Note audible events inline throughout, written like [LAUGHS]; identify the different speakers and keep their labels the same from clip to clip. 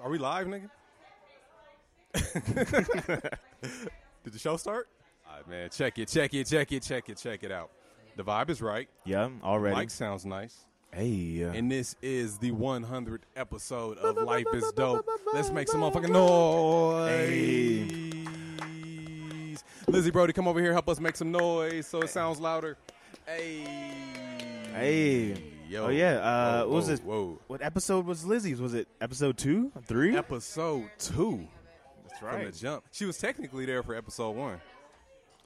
Speaker 1: Are we live, nigga? Did the show start? All right, man. Check it, check it, check it, check it, check it out. The vibe is right.
Speaker 2: Yeah, already.
Speaker 1: Mike sounds nice.
Speaker 2: Hey, uh,
Speaker 1: And this is the 100th episode of Life is Dope. Let's make some motherfucking noise. Lizzie Brody, come over here. Help us make some noise so it sounds louder. Hey.
Speaker 2: hey.
Speaker 1: Yo.
Speaker 2: Oh yeah. Uh,
Speaker 1: Whoa,
Speaker 2: what was
Speaker 1: whoa,
Speaker 2: this?
Speaker 1: Whoa.
Speaker 2: What episode was Lizzie's? Was it episode two, three?
Speaker 1: Episode two.
Speaker 2: That's
Speaker 1: from the jump. She was technically there for episode one.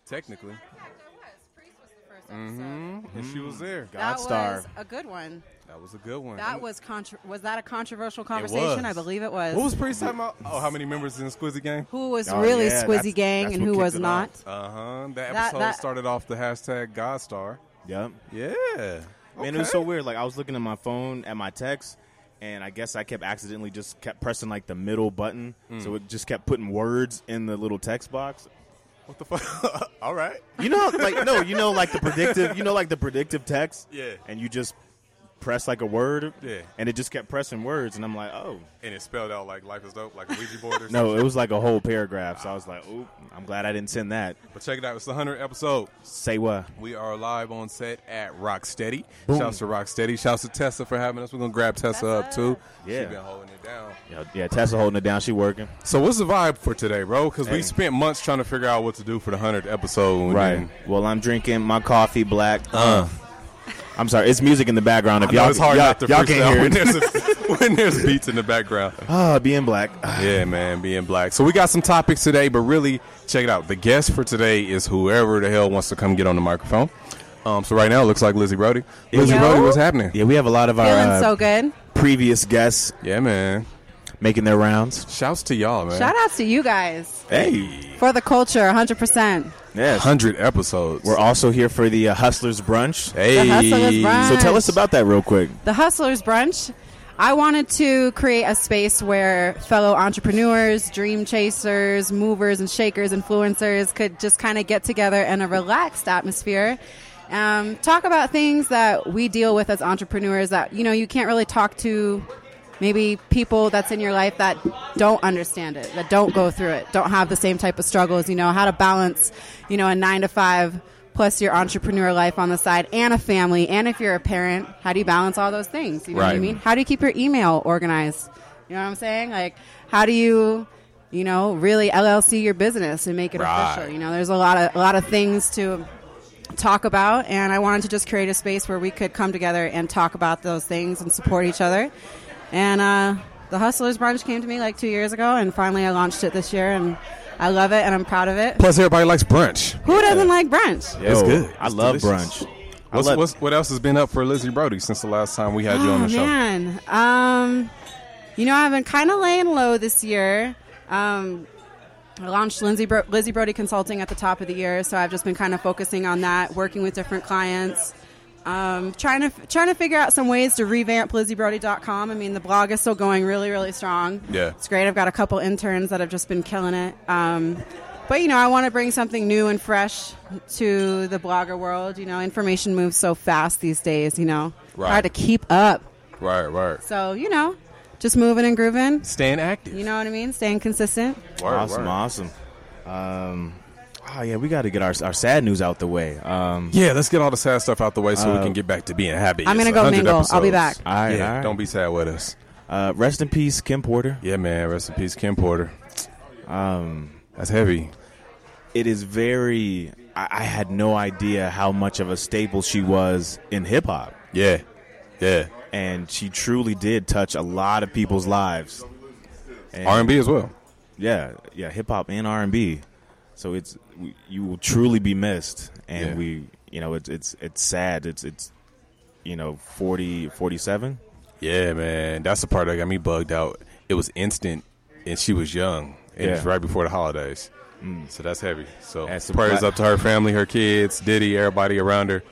Speaker 1: Technically. Mm-hmm.
Speaker 3: Matter of fact, I was. Priest was the first episode.
Speaker 1: And she was there.
Speaker 2: God
Speaker 3: That
Speaker 2: star.
Speaker 3: was a good one.
Speaker 1: That was a good one.
Speaker 3: That was contro- was that a controversial conversation? I believe it was.
Speaker 1: What was Priest talking about? Oh, how many members in the Squizzy Gang?
Speaker 3: who was
Speaker 2: Oh,
Speaker 3: really
Speaker 2: yeah, that's-
Speaker 3: Squizzy Gang
Speaker 2: that's
Speaker 3: and
Speaker 2: what
Speaker 3: who
Speaker 2: kicked
Speaker 3: was
Speaker 2: it
Speaker 3: not?
Speaker 2: off.
Speaker 1: Uh huh. That episode
Speaker 3: that-
Speaker 1: started off the hashtag Godstar.
Speaker 2: Yep.
Speaker 1: Yeah.
Speaker 2: Man, it was so weird. Like I was looking at my phone at my text, and I guess I kept accidentally just kept pressing like the middle button,
Speaker 1: Mm.
Speaker 2: so it just kept putting words in the little text box.
Speaker 1: What the fuck? [LAUGHS] All right.
Speaker 2: You know, like no, you know, like the predictive,
Speaker 1: [LAUGHS]
Speaker 2: you know, like the predictive text.
Speaker 1: Yeah.
Speaker 2: And you just press like a word.
Speaker 1: Yeah.
Speaker 2: And it just kept pressing words, and I'm like, oh.
Speaker 1: And it spelled out like Life is Dope, like a Ouija board or something.
Speaker 2: No, it was like a whole paragraph. So I was like, "Oop, I'm glad I didn't send that."
Speaker 1: But check it out. It's the 100th episode.
Speaker 2: Say what?
Speaker 1: We are live on set at Rocksteady.
Speaker 2: Boom.
Speaker 1: Shouts to Rocksteady. Shouts to Tessa for having us. We're going to grab Tessa up
Speaker 3: Tessa.
Speaker 1: too.
Speaker 2: Yeah.
Speaker 1: She's been holding it down.
Speaker 2: Yeah, yeah, Tessa holding it down. She working.
Speaker 1: So what's the vibe for today, bro? Because
Speaker 2: Hey.
Speaker 1: we spent months trying to figure out what to do for the hundredth episode. And
Speaker 2: Well, I'm drinking my coffee black. Uh. I'm sorry. It's music in the background. If
Speaker 1: I know
Speaker 2: y'all,
Speaker 1: it's hard
Speaker 2: y'all,
Speaker 1: not to
Speaker 2: y'all
Speaker 1: freestyle when
Speaker 2: can't hear it.
Speaker 1: there's, a- [LAUGHS] when there's beats in the background.
Speaker 2: [LAUGHS] Ah, being black.
Speaker 1: Yeah, man, being black. So we got some topics today, but really, check it out. The guest for today is whoever the hell wants to come get on the microphone. Um, so right now, it looks like Lizzie Brody. Lizzie
Speaker 3: Yo.
Speaker 1: Brody, what's happening?
Speaker 2: Yeah, we have a lot of our
Speaker 3: Feeling
Speaker 2: uh,
Speaker 3: so good.
Speaker 2: previous guests
Speaker 1: Yeah, man.
Speaker 2: making their rounds.
Speaker 1: Shouts to y'all, man.
Speaker 3: Shout outs to you guys
Speaker 2: Hey,
Speaker 3: for the culture, 100%.
Speaker 2: yes.
Speaker 1: Hundred episodes.
Speaker 2: We're also here for the uh, Hustlers brunch.
Speaker 1: hey.
Speaker 3: The hustle is right.
Speaker 2: So tell us about that real quick.
Speaker 3: The Hustlers Brunch. I wanted to create a space where fellow entrepreneurs, dream chasers, movers and shakers, influencers could just kind of get together in a relaxed atmosphere. Um, talk about things that we deal with as entrepreneurs that, you know, you can't really talk to maybe people that's in your life that don't understand it, that don't go through it, don't have the same type of struggles, you know, how to balance, you know, a nine to five plus your entrepreneur life on the side and a family. And if you're a parent, how do you balance all those things? You know what I
Speaker 1: Right.
Speaker 3: mean? How do you keep your email organized? You know what I'm saying? Like, how do you, you know, really LLC your business and make it
Speaker 1: Right.
Speaker 3: official? You know, there's a lot of, a lot of things to talk about and I wanted to just create a space where we could come together and talk about those things and support each other. And uh, the Hustlers Brunch came to me like two years ago and finally I launched it this year and I love it and I'm proud of it.
Speaker 1: Plus, everybody likes brunch.
Speaker 3: Who doesn't like brunch?
Speaker 2: Yo,
Speaker 1: good.
Speaker 2: I
Speaker 1: It's
Speaker 2: love
Speaker 1: delicious.
Speaker 2: brunch. I
Speaker 1: What's,
Speaker 2: love-
Speaker 1: what's, what else has been up for Lizzie Brody since the last time we had you on
Speaker 3: Oh
Speaker 1: the show?
Speaker 3: man. Um you know I've been kind of laying low this year. Um I launched Lindsay Bro- Lizzie Brody Consulting at the top of the year, so I've just been kind of focusing on that, working with different clients, um, trying to trying to figure out some ways to revamp LizzieBrody.com. I mean, the blog is still going really, really strong.
Speaker 1: Yeah.
Speaker 3: it's great. I've got a couple interns that have just been killing it. Um, but you know, I want to bring something new and fresh to the blogger world. You know, information moves so fast these days. You know,
Speaker 1: Right.
Speaker 3: hard to keep up.
Speaker 1: Right, right.
Speaker 3: So you know, just moving and grooving.
Speaker 1: Staying active.
Speaker 3: You know what I mean? Staying consistent.
Speaker 1: Word,
Speaker 2: awesome,
Speaker 1: word.
Speaker 2: awesome. Um, oh yeah, we got to get our our sad news out the way. Um, uh,
Speaker 1: Yeah, let's get all the sad stuff out the way so we can get back to being happy.
Speaker 3: I'm
Speaker 1: It's
Speaker 3: gonna go
Speaker 1: 100
Speaker 3: mingle. I'll be back.
Speaker 2: All right,
Speaker 1: yeah,
Speaker 2: all right.
Speaker 1: don't be sad with us.
Speaker 2: uh, rest in peace, Kim Porter.
Speaker 1: Yeah, man. Rest in peace, Kim Porter.
Speaker 2: Um,
Speaker 1: That's heavy.
Speaker 2: it is very. I, I had no idea how much of a staple she was in hip hop,
Speaker 1: Yeah, yeah.
Speaker 2: and she truly did touch a lot of people's lives. And-
Speaker 1: R and B as well.
Speaker 2: yeah, yeah, hip hop and R and B. So it's we- you will truly be missed, and
Speaker 1: Yeah.
Speaker 2: we, you know, it's it's it's sad. It's it's you know 40, 47?
Speaker 1: Yeah, man. That's the part that got me bugged out. It was instant, and she was young. And It was
Speaker 2: Yeah.
Speaker 1: right before the holidays. So that's heavy. So
Speaker 2: That's the
Speaker 1: prayers
Speaker 2: pla-
Speaker 1: up to her family, her kids, Diddy, everybody around her.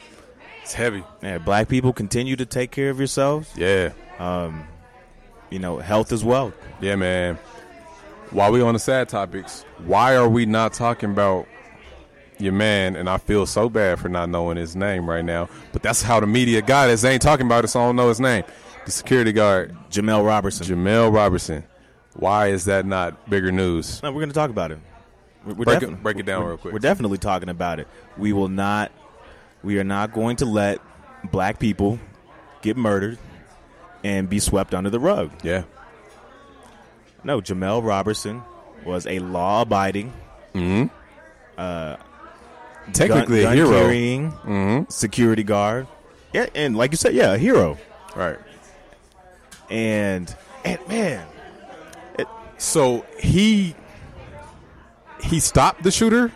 Speaker 1: It's heavy.
Speaker 2: Yeah, black people continue to take care of yourselves. Um,
Speaker 1: Yeah.
Speaker 2: You know, health as well.
Speaker 1: Yeah, man. While we on the sad topics, why are we not talking about your man? And I feel so bad for not knowing his name right now. But that's how the media got us. They ain't talking about it, so I don't know his name. The security guard,
Speaker 2: Jamel Robertson.
Speaker 1: Jamel Robertson. Why is that not bigger news?
Speaker 2: No, we're going to talk about it. We're, we're
Speaker 1: Break it-
Speaker 2: defi-
Speaker 1: break it down
Speaker 2: we're-
Speaker 1: real quick.
Speaker 2: We're definitely talking about it. We will not. We are not going to let black people get murdered and be swept under the rug.
Speaker 1: Yeah.
Speaker 2: No, Jamel Robertson was a law-abiding,
Speaker 4: Mm-hmm.
Speaker 1: Technically
Speaker 2: Uh, gun,
Speaker 1: a hero. Mm-hmm.
Speaker 2: carrying security guard. Yeah, and like you said, yeah, a hero.
Speaker 1: Right.
Speaker 2: And and man,
Speaker 1: So he he stopped the shooter?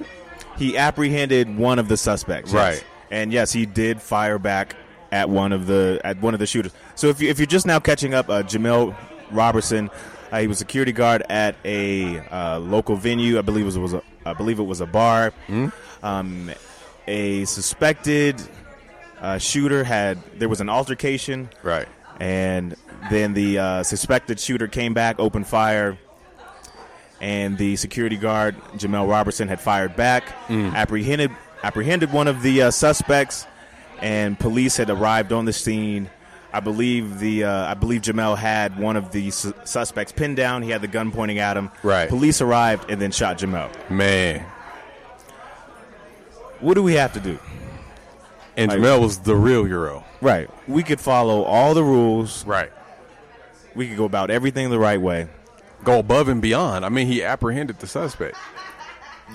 Speaker 2: he apprehended one of the suspects. yes.
Speaker 1: Right.
Speaker 2: And yes, he did fire back at one of the at one of the shooters. So if you, if you're just now catching up, uh, Jamel Robertson, uh, he was security guard at a uh, local venue. I believe it was, was a, I believe it was a bar. Um, a suspected uh, shooter had there was an altercation,
Speaker 1: Right.
Speaker 2: and then the uh, suspected shooter came back, opened fire, and the security guard Jamel Robertson had fired back, apprehended apprehended one of the uh, suspects, and police had arrived on the scene. I believe the uh, I believe Jamel had one of the su- suspects pinned down. He had the gun pointing at him.
Speaker 1: Right.
Speaker 2: Police arrived and then shot Jamel.
Speaker 1: Man.
Speaker 2: What do we have to do?
Speaker 1: And
Speaker 2: Like-
Speaker 1: Jamel was the real hero.
Speaker 2: Right. We could follow all the rules.
Speaker 1: Right.
Speaker 2: We could go about everything the right way.
Speaker 1: Go above and beyond. I mean, he apprehended the suspect.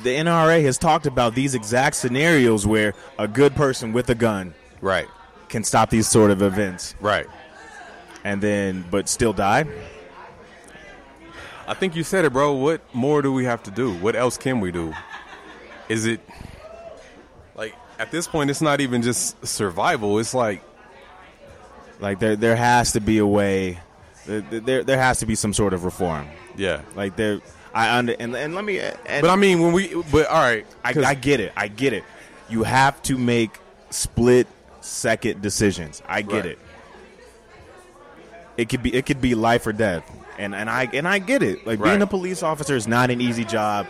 Speaker 2: The NRA has talked about these exact scenarios where a good person with a gun
Speaker 1: Right.
Speaker 2: can stop these sort of events
Speaker 1: Right.
Speaker 2: and then but still die.
Speaker 1: I think you said it, bro. What more do we have to do? What else can we do? Is it like at this point it's not even just survival. It's like
Speaker 2: Like there there has to be a way there there, there has to be some sort of reform.
Speaker 1: yeah.
Speaker 2: Like there I under and, and let me and
Speaker 1: But I mean, when we but all right,
Speaker 2: I,
Speaker 1: 'cause-
Speaker 2: I get it. I get it. You have to make split second decisions. I get
Speaker 1: Right.
Speaker 2: it. It could be it could be life or death. And and I and I get it. Like
Speaker 1: Right.
Speaker 2: being a police officer is not an easy job.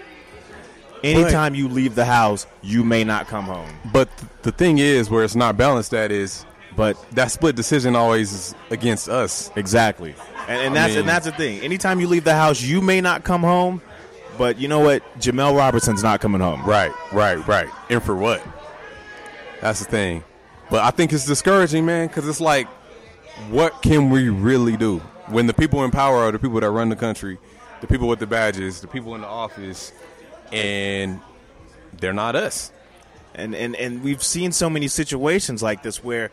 Speaker 2: Anytime you leave the house, you may not come home.
Speaker 1: but th- the thing is where it's not balanced at is
Speaker 2: But
Speaker 1: that split decision always is against us.
Speaker 2: exactly. And, and
Speaker 1: I
Speaker 2: that's
Speaker 1: mean-
Speaker 2: and that's the thing. Anytime you leave the house, you may not come home. But you know what? Jamel Robertson's not coming home.
Speaker 1: Right, right, right. And for what? That's the thing. But I think it's discouraging, man, because it's like, what can we really do when the people in power are the people that run the country, the people with the badges, the people in the office, and they're not us.
Speaker 2: and and and we've seen so many situations like this where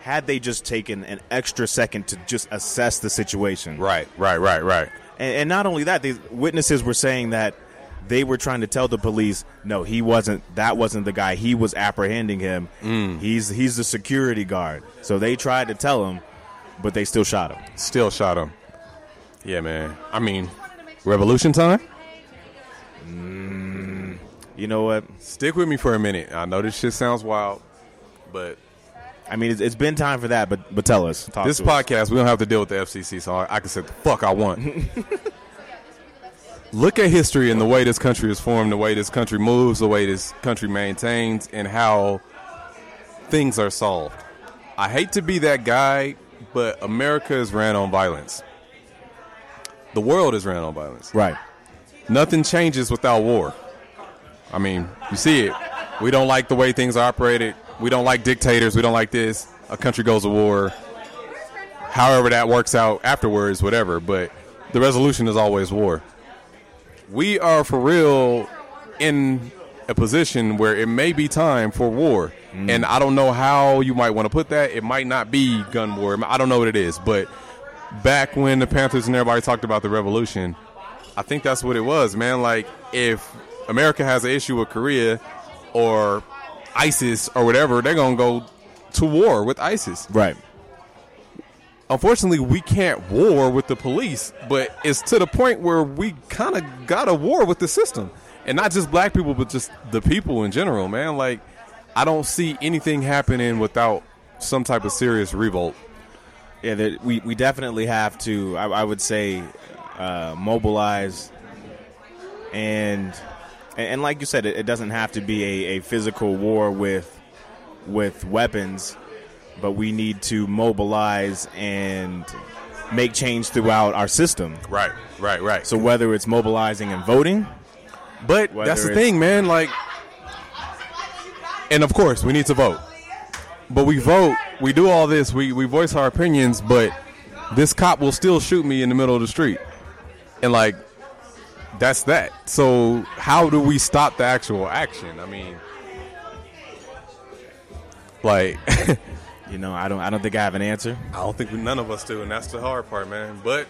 Speaker 2: had they just taken an extra second to just assess the situation
Speaker 1: Right, right, right, right.
Speaker 2: and, and not only that these witnesses were saying that they were trying to tell the police no he wasn't that wasn't the guy he was apprehending him
Speaker 1: Mm.
Speaker 2: he's he's the security guard so they tried to tell him but they still shot him
Speaker 1: Still shot him. Yeah, man. I mean, revolution time.
Speaker 2: Mm, you know what
Speaker 1: Stick with me for a minute. I know this shit sounds wild, but
Speaker 2: i mean it's, it's been time for that but but tell us talk
Speaker 1: this
Speaker 2: to us.
Speaker 1: podcast, we don't have to deal with the FCC, so I, I can say the fuck
Speaker 2: [LAUGHS]
Speaker 1: I want. Look at history and the way this country is formed, the way this country moves, the way this country maintains, and how things are solved. I hate to be that guy, but America is ran on violence. The world is ran on violence.
Speaker 2: right
Speaker 1: Nothing changes without war. I mean, you see it. We don't like the way things are operated. We don't like dictators. We don't like this. A country goes to war. However, that works out afterwards, whatever. But the resolution is always war. We are for real in a position where it may be time for war. And I don't know how you might want to put that. It might not be gun war. I don't know what it is. But back when the Panthers and everybody talked about the revolution, I think that's what it was, man. Like, if America has an issue with Korea or ISIS or whatever, they're going to go to war with ISIS.
Speaker 2: right
Speaker 1: Unfortunately, we can't war with the police, but it's to the point where we kind of got a war with the system. And not just black people, but just the people in general, man. Like, I don't see anything happening without some type of serious revolt.
Speaker 2: Yeah, that we, we definitely have to. I, I would say uh, mobilize, and, and and like you said, it, it doesn't have to be a, a physical war with with weapons, but we need to mobilize and make change throughout our system.
Speaker 1: Right, right, right.
Speaker 2: So whether it's mobilizing and voting,
Speaker 1: But that's the
Speaker 2: whether it's-
Speaker 1: thing, man. Like, and of course, we need to vote. But we vote, we do all this, we, we voice our opinions, but this cop will still shoot me in the middle of the street. And, like, that's that. So, how do we stop the actual action? I mean, like, I
Speaker 2: [LAUGHS] you know, I don't I don't think I have an answer.
Speaker 1: don't think we, none of us do, and that's the hard part, man. But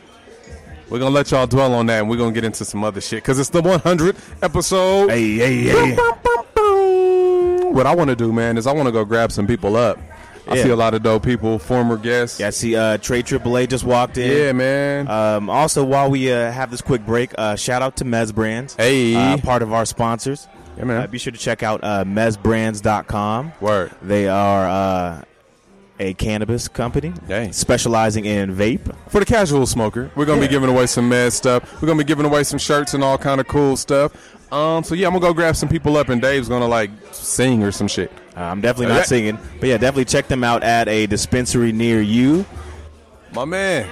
Speaker 1: we're going to let y'all dwell on that, and we're going to get into some other shit because it's the 100th episode.
Speaker 2: Hey, hey, hey.
Speaker 1: What I want to do, man, is I want to go grab some people up. I
Speaker 2: Yeah.
Speaker 1: see a lot of dope people, former guests.
Speaker 2: Yeah, I see uh Trey AAA just walked in.
Speaker 1: Yeah, man.
Speaker 2: Um, also, while we uh, have this quick break, uh, shout out to Mez Brands.
Speaker 1: Hey.
Speaker 2: Uh, part of our sponsors.
Speaker 1: Yeah, man.
Speaker 2: Uh, be sure to check out uh, MezBrands.com.
Speaker 1: Word.
Speaker 2: They are uh, a cannabis company
Speaker 1: Dang.
Speaker 2: specializing in vape.
Speaker 1: For the casual smoker, we're gonna be giving away some mad stuff. We're gonna be giving away some shirts and all kind of cool stuff. Um, so yeah, I'm gonna go grab some people up, and Dave's gonna like sing or some shit.
Speaker 2: Uh, I'm definitely not
Speaker 1: Okay.
Speaker 2: singing, but yeah, definitely check them out at a dispensary near you.
Speaker 1: My man.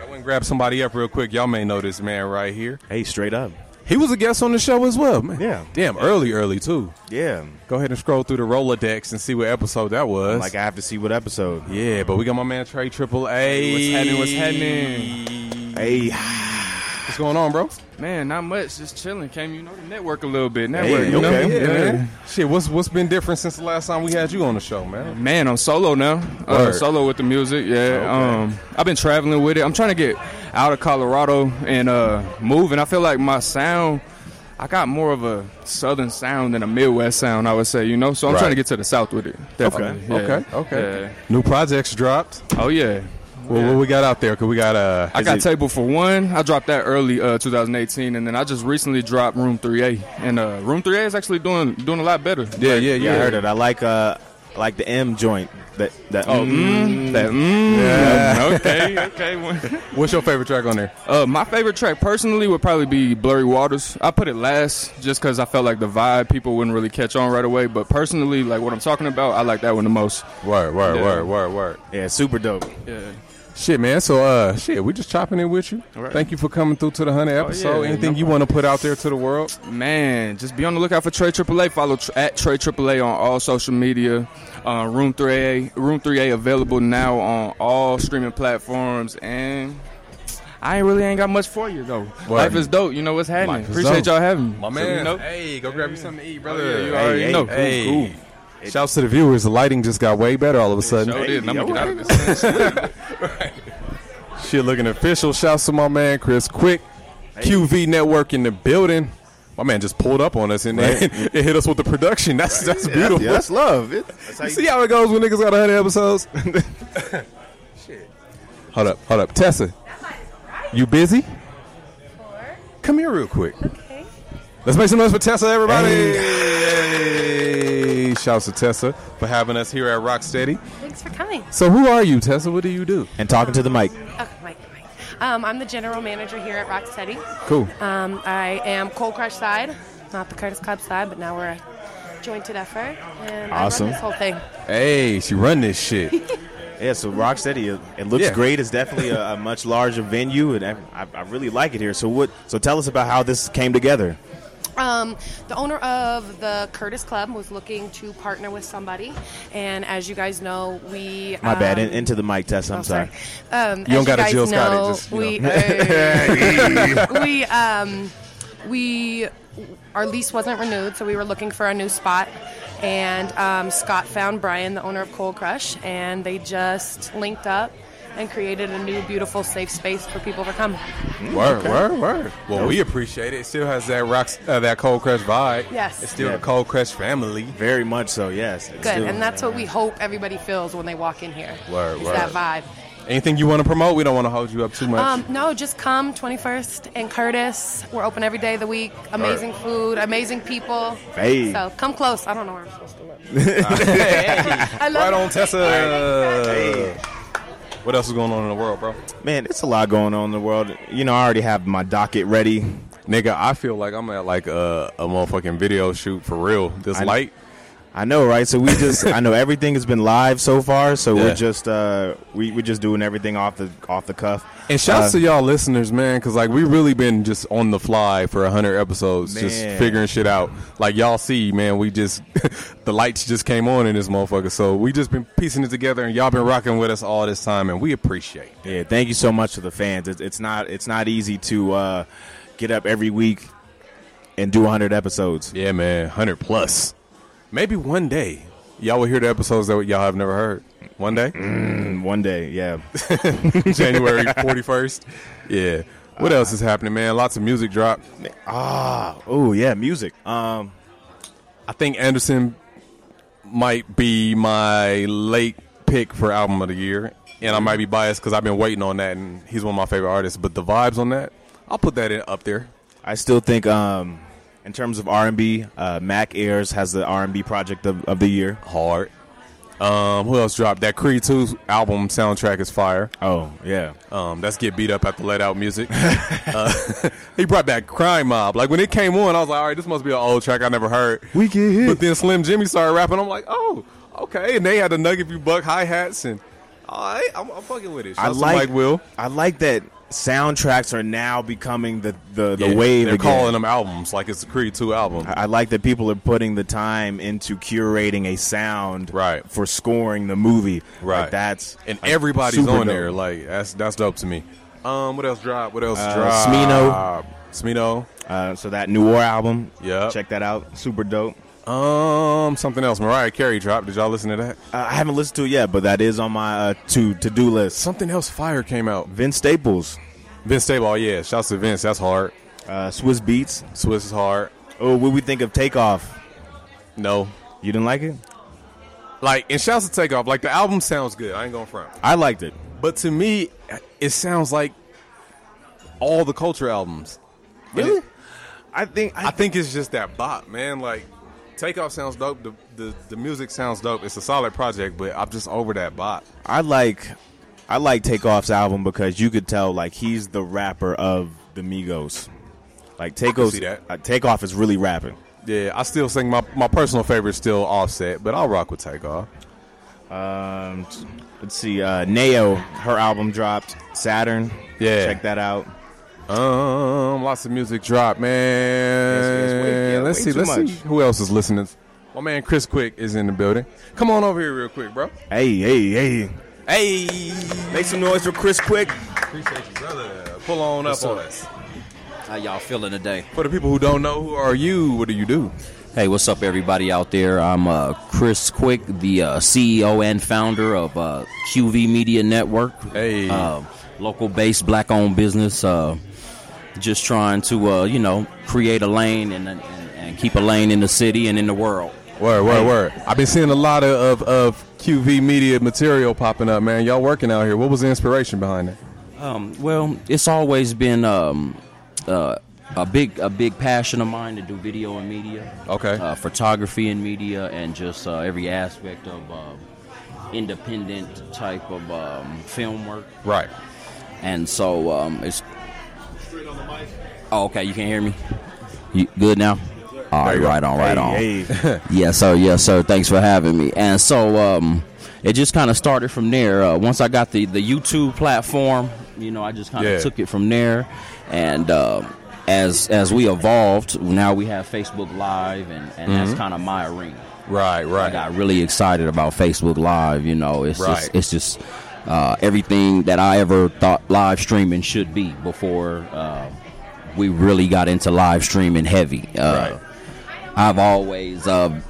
Speaker 1: I went and grab somebody up real quick. Y'all may know this man right here.
Speaker 2: Hey, straight up.
Speaker 1: He was a guest on the show as well, man.
Speaker 2: Yeah.
Speaker 1: Damn, early, early too.
Speaker 2: Yeah.
Speaker 1: Go ahead and scroll through the Rolodex and see what episode that was.
Speaker 2: Um, Like, I have to see what episode.
Speaker 1: Yeah, but we got my man Trey Triple A.
Speaker 5: What's happening? What's happening?
Speaker 2: Hey,
Speaker 1: What's going on, bro?
Speaker 5: Man, not much. Just chilling. Came, you know, the network a little bit.
Speaker 2: Hey,
Speaker 5: Network.
Speaker 2: okay.
Speaker 5: you know?
Speaker 2: Yeah,
Speaker 5: Yeah, man.
Speaker 1: man. Shit, what's what's been different since the last time we had you on the show, man?
Speaker 5: Man, I'm solo now. Uh,
Speaker 1: Word.
Speaker 5: solo with the music. Yeah. Um, I've been traveling with it. I'm trying to get out of Colorado and uh, move. And I feel like my sound, I got more of a southern sound than a Midwest sound. I would say, you know. So I'm
Speaker 1: Right.
Speaker 5: trying to get to the south with it. Definitely. Yeah.
Speaker 1: Okay, okay.
Speaker 5: Yeah.
Speaker 1: New projects dropped.
Speaker 5: Oh yeah.
Speaker 1: Well, what we got out there? Cause we got uh,
Speaker 5: I got
Speaker 2: it-
Speaker 5: Table for One. I dropped that early uh, 2018, and then I just recently dropped Room 3A. And uh, Room 3A is actually doing doing a lot better.
Speaker 1: yeah,
Speaker 2: yeah,
Speaker 1: yeah,
Speaker 2: I
Speaker 1: yeah.
Speaker 2: heard it. I like uh, I like the M joint. That that oh,
Speaker 5: That,
Speaker 2: [LAUGHS]
Speaker 5: mm, Okay, okay. well-
Speaker 1: [LAUGHS] What's your favorite track on there?
Speaker 5: Uh, my favorite track personally would probably be Blurry Waters. I put it last just because I felt like the vibe people wouldn't really catch on right away. But personally, like what I'm talking about, I like that one the most.
Speaker 1: Word, word,
Speaker 5: Yeah.
Speaker 1: word, word, word.
Speaker 2: yeah, super dope.
Speaker 5: Yeah.
Speaker 1: Shit, man. So, uh, shit, we just chopping it with you.
Speaker 5: All right. Oh,
Speaker 1: Thank you for coming through to the hundred episode.
Speaker 5: yeah,
Speaker 1: Anything
Speaker 5: no
Speaker 1: you want to put out there to the world?
Speaker 5: Man, just be on the lookout for Trey AAA. Follow tr- at Trey AAA on all social media. Uh, Room 3A, Room 3A available now on all streaming platforms. And I ain't really ain't got much for you though. Life is dope. You know what's happening.
Speaker 1: Life is
Speaker 5: Appreciate
Speaker 1: dope.
Speaker 5: y'all having me.
Speaker 1: My
Speaker 5: So,
Speaker 1: man.
Speaker 5: you know,
Speaker 1: Hey, go grab you something to eat, brother.
Speaker 5: yeah, you
Speaker 1: Hey,
Speaker 5: already
Speaker 2: hey,
Speaker 5: know.
Speaker 1: Hey.
Speaker 5: Cool, cool.
Speaker 1: Shouts to the viewers. The lighting just got way better all of a sudden.
Speaker 5: Sure
Speaker 2: Hey,
Speaker 5: did. I'm
Speaker 2: yo.
Speaker 5: gonna get out of this.
Speaker 2: [LAUGHS]
Speaker 1: [LAUGHS] Shit looking official. Shouts to my man Chris Quick. QV Network in the building. My man just pulled up on us and
Speaker 2: Right.
Speaker 1: [LAUGHS] it hit us with the production. That's that's beautiful.
Speaker 2: Yeah, that's love. It,
Speaker 1: You see how it goes when niggas got 100 episodes? Shit. [LAUGHS] Hold up, hold up. Tessa, you busy? Come here real quick.
Speaker 6: Okay.
Speaker 1: Let's make some noise for Tessa, everybody. Hey. Shouts to Tessa for having us here at Rocksteady.
Speaker 6: Thanks for coming.
Speaker 1: So who are you, Tessa? What do you do?
Speaker 2: and talking to the mic.
Speaker 6: Oh, Mike, Mike. Um, I'm the general manager here at Rocksteady.
Speaker 1: Cool.
Speaker 6: Um, I am Cold Crush side, not the Curtis Club side, but now we're a jointed effort. And
Speaker 2: Awesome.
Speaker 6: I run this whole thing.
Speaker 1: Hey, she run this shit.
Speaker 2: [LAUGHS] Yeah, so Rocksteady, it, it looks
Speaker 1: Yeah.
Speaker 2: great. It's definitely a, a much larger venue, and I, I, I really like it here. So what? So tell us about how this came together.
Speaker 6: Um, the owner of the Curtis Club was looking to partner with somebody. And as you guys know, we.
Speaker 2: My bad.
Speaker 6: um,
Speaker 2: In, into the mic, Tess. I'm
Speaker 6: Oh,
Speaker 2: sorry.
Speaker 6: Um, you as
Speaker 1: don't
Speaker 6: you
Speaker 1: gotta
Speaker 6: guys
Speaker 1: Jill Scott it,
Speaker 6: know,
Speaker 1: just, you
Speaker 6: we, we, um, we, our lease wasn't renewed, so we were looking for a new spot. And um, Scott found Brian, the owner of Cold Crush, and they just linked up and created a new, beautiful, safe space for people to come.
Speaker 1: Word, word, word. Mm, Well, we appreciate it. It still has that rocks, uh, that Cold Crush vibe.
Speaker 6: Yes.
Speaker 1: it's still
Speaker 2: Yeah.
Speaker 1: the Cold Crush family.
Speaker 2: Very much so. Yes. It's
Speaker 6: Good,
Speaker 2: still-
Speaker 6: and that's what we hope everybody feels when they walk in here.
Speaker 1: Word,
Speaker 6: is
Speaker 1: word.
Speaker 6: that vibe?
Speaker 1: Anything you want to promote? We don't want to hold you up too much.
Speaker 6: Um, no, just come 21st and Curtis. We're open every day of the week. Amazing food, amazing people.
Speaker 2: Hey.
Speaker 6: So come close. I don't know where I'm supposed to look. I love
Speaker 1: right
Speaker 6: it.
Speaker 1: on, Tessa.
Speaker 6: Hey.
Speaker 1: What else is going on in the world, bro?
Speaker 2: man, it's a lot going on in the world. You know, I already have my docket ready.
Speaker 1: Nigga, I feel like I'm at like a, a motherfucking video shoot for real. This
Speaker 2: I-
Speaker 1: light
Speaker 2: I know, right? So we just I know everything has been live so far, so
Speaker 1: Yeah.
Speaker 2: we're just uh we we're just doing everything off the off the cuff. Uh,
Speaker 1: And shouts to y'all listeners, man, because like we really been just on the fly for hundred episodes, just
Speaker 2: Man.
Speaker 1: figuring shit out. Like y'all see, man, we just [LAUGHS] the lights just came on in this motherfucker, so we just been piecing it together, and y'all been rocking with us all this time, and we appreciate. it.
Speaker 2: Yeah, thank you so much to the fans. It's, it's not it's not easy to uh get up every week and do 100 episodes.
Speaker 1: Yeah, man, hundred plus. Maybe one day y'all will hear the episodes that y'all have never heard. One day,
Speaker 2: In Mm, one day, yeah.
Speaker 1: [LAUGHS] January forty first. Yeah. What else is happening, man? Lots of music drop.
Speaker 2: ah, oh yeah, music. Um
Speaker 1: I think Anderson might be my late pick for album of the year, and I might be biased because I've been waiting on that, and he's one of my favorite artists. But the vibes on that, I'll put that in up there.
Speaker 2: I still think um in terms of R&B, uh Mac Ayers has the R&B project of, of the year.
Speaker 1: Hard. Um, who else dropped that Creed 2 album soundtrack is fire.
Speaker 2: Oh, yeah.
Speaker 1: Um, that's get beat up after let out music. [LAUGHS] uh, [LAUGHS] he brought back Crime Mob. Like when it came on, I was like, all right, this must be an old track I never heard.
Speaker 2: We get hit.
Speaker 1: But then Slim Jimmy started rapping. I'm like, oh, okay. And they had the Nugget View Buck hi hats and. All right, I'm, I'm fucking with it.
Speaker 2: I
Speaker 1: Shouts to
Speaker 2: like
Speaker 1: Mike Will.
Speaker 2: I like that soundtracks are now becoming the the, the
Speaker 1: Yeah,
Speaker 2: wave
Speaker 1: They're
Speaker 2: again.
Speaker 1: calling them albums, like it's the Creed Two album.
Speaker 2: I I like that people are putting the time into curating a sound
Speaker 1: Right.
Speaker 2: for scoring the movie.
Speaker 1: Right.
Speaker 2: Like, that's
Speaker 1: and
Speaker 2: like,
Speaker 1: everybody's
Speaker 2: super
Speaker 1: on
Speaker 2: dope.
Speaker 1: there. Like that's that's dope to me. Um, what else drop? What else
Speaker 2: Uh,
Speaker 1: drop?
Speaker 2: Smino.
Speaker 1: Smino.
Speaker 2: Uh, so that New War album,
Speaker 1: Yep.
Speaker 2: check that out. Super dope.
Speaker 1: Um, something else. Mariah Carey dropped. Did y'all listen to that?
Speaker 2: Uh, I haven't listened to it yet, but that is on my uh, to to do list.
Speaker 1: Something else. Fire came out.
Speaker 2: Vince Staples,
Speaker 1: Vince Stable. Yeah, shouts to Vince. That's hard.
Speaker 2: uh, Swiss Beats.
Speaker 1: Swiss is hard.
Speaker 2: Oh, what we think of Takeoff?
Speaker 1: No.
Speaker 2: You didn't like it?
Speaker 1: Like and shouts to Takeoff. Like the album sounds good. I ain't going front.
Speaker 2: I liked it.
Speaker 1: But to me, it sounds like all the Culture albums.
Speaker 2: Really? I think
Speaker 1: I think it's just that bop, man. Like, Takeoff sounds dope. The, the the music sounds dope. It's a solid project, but I'm just over that bop.
Speaker 2: I like I like Takeoff's album because you could tell like he's the rapper of the Migos. Like Takeoff,
Speaker 1: see that.
Speaker 2: uh, Takeoff is really rapping.
Speaker 1: Yeah, I still think my, my personal favorite is still Offset, but I'll rock with Takeoff.
Speaker 2: Um, t- let's see, uh, Neo, her album dropped. Saturn,
Speaker 1: Yeah.
Speaker 2: check that out.
Speaker 1: Um, lots of music drop, man.
Speaker 2: Yes, yes, way- yeah,
Speaker 1: let's
Speaker 2: way
Speaker 1: see,
Speaker 2: too
Speaker 1: let's
Speaker 2: much.
Speaker 1: see who else is listening. My man Chris Quick is in the building. Come on over here real quick, bro.
Speaker 2: Hey, hey, hey!
Speaker 1: Hey,
Speaker 2: Make some noise for Chris Quick.
Speaker 1: appreciate you, brother. Pull on
Speaker 7: What's
Speaker 1: up on
Speaker 7: up?
Speaker 1: us.
Speaker 7: How y'all feeling today?
Speaker 1: For the people who don't know, who are you? What do you do?
Speaker 7: Hey, what's up, everybody out there? I'm uh, Chris Quick, the uh, CEO and founder of uh, QV Media Network.
Speaker 1: Hey.
Speaker 7: uh, local-based, black-owned business. Uh, just trying to, uh, you know, create a lane and, and, and keep a lane in the city and in the world.
Speaker 1: Word, word, word. I've been seeing a lot of, of, of QV media material popping up, man. Y'all working out here. What was the inspiration behind that?
Speaker 7: Um, well, it's always been um, uh, a big a big passion of mine to do video and media.
Speaker 1: Okay.
Speaker 7: Uh, photography and media, and just uh, every aspect of um independent type of um, film work.
Speaker 1: Right.
Speaker 7: And so um, it's. Oh, okay. You can hear me. You good now? All right, right on, right
Speaker 2: hey,
Speaker 7: on.
Speaker 2: Hey.
Speaker 7: Yes, sir. Yes, sir. Thanks for having me. And so um, it just kind of started from there. Uh, once I got the, the YouTube platform, you know, I just kind of
Speaker 1: Yeah.
Speaker 7: took it from there. And uh, as as we evolved, now we have Facebook Live, and,
Speaker 1: Mm-hmm.
Speaker 7: and that's kind of my arena.
Speaker 1: Right,
Speaker 7: I
Speaker 1: right.
Speaker 7: got really excited about Facebook Live. You know, it's
Speaker 1: Right.
Speaker 7: just it's just uh, everything that I ever thought live streaming should be before uh, we really got into live streaming heavy. Uh,
Speaker 1: Right.
Speaker 7: I've always uh,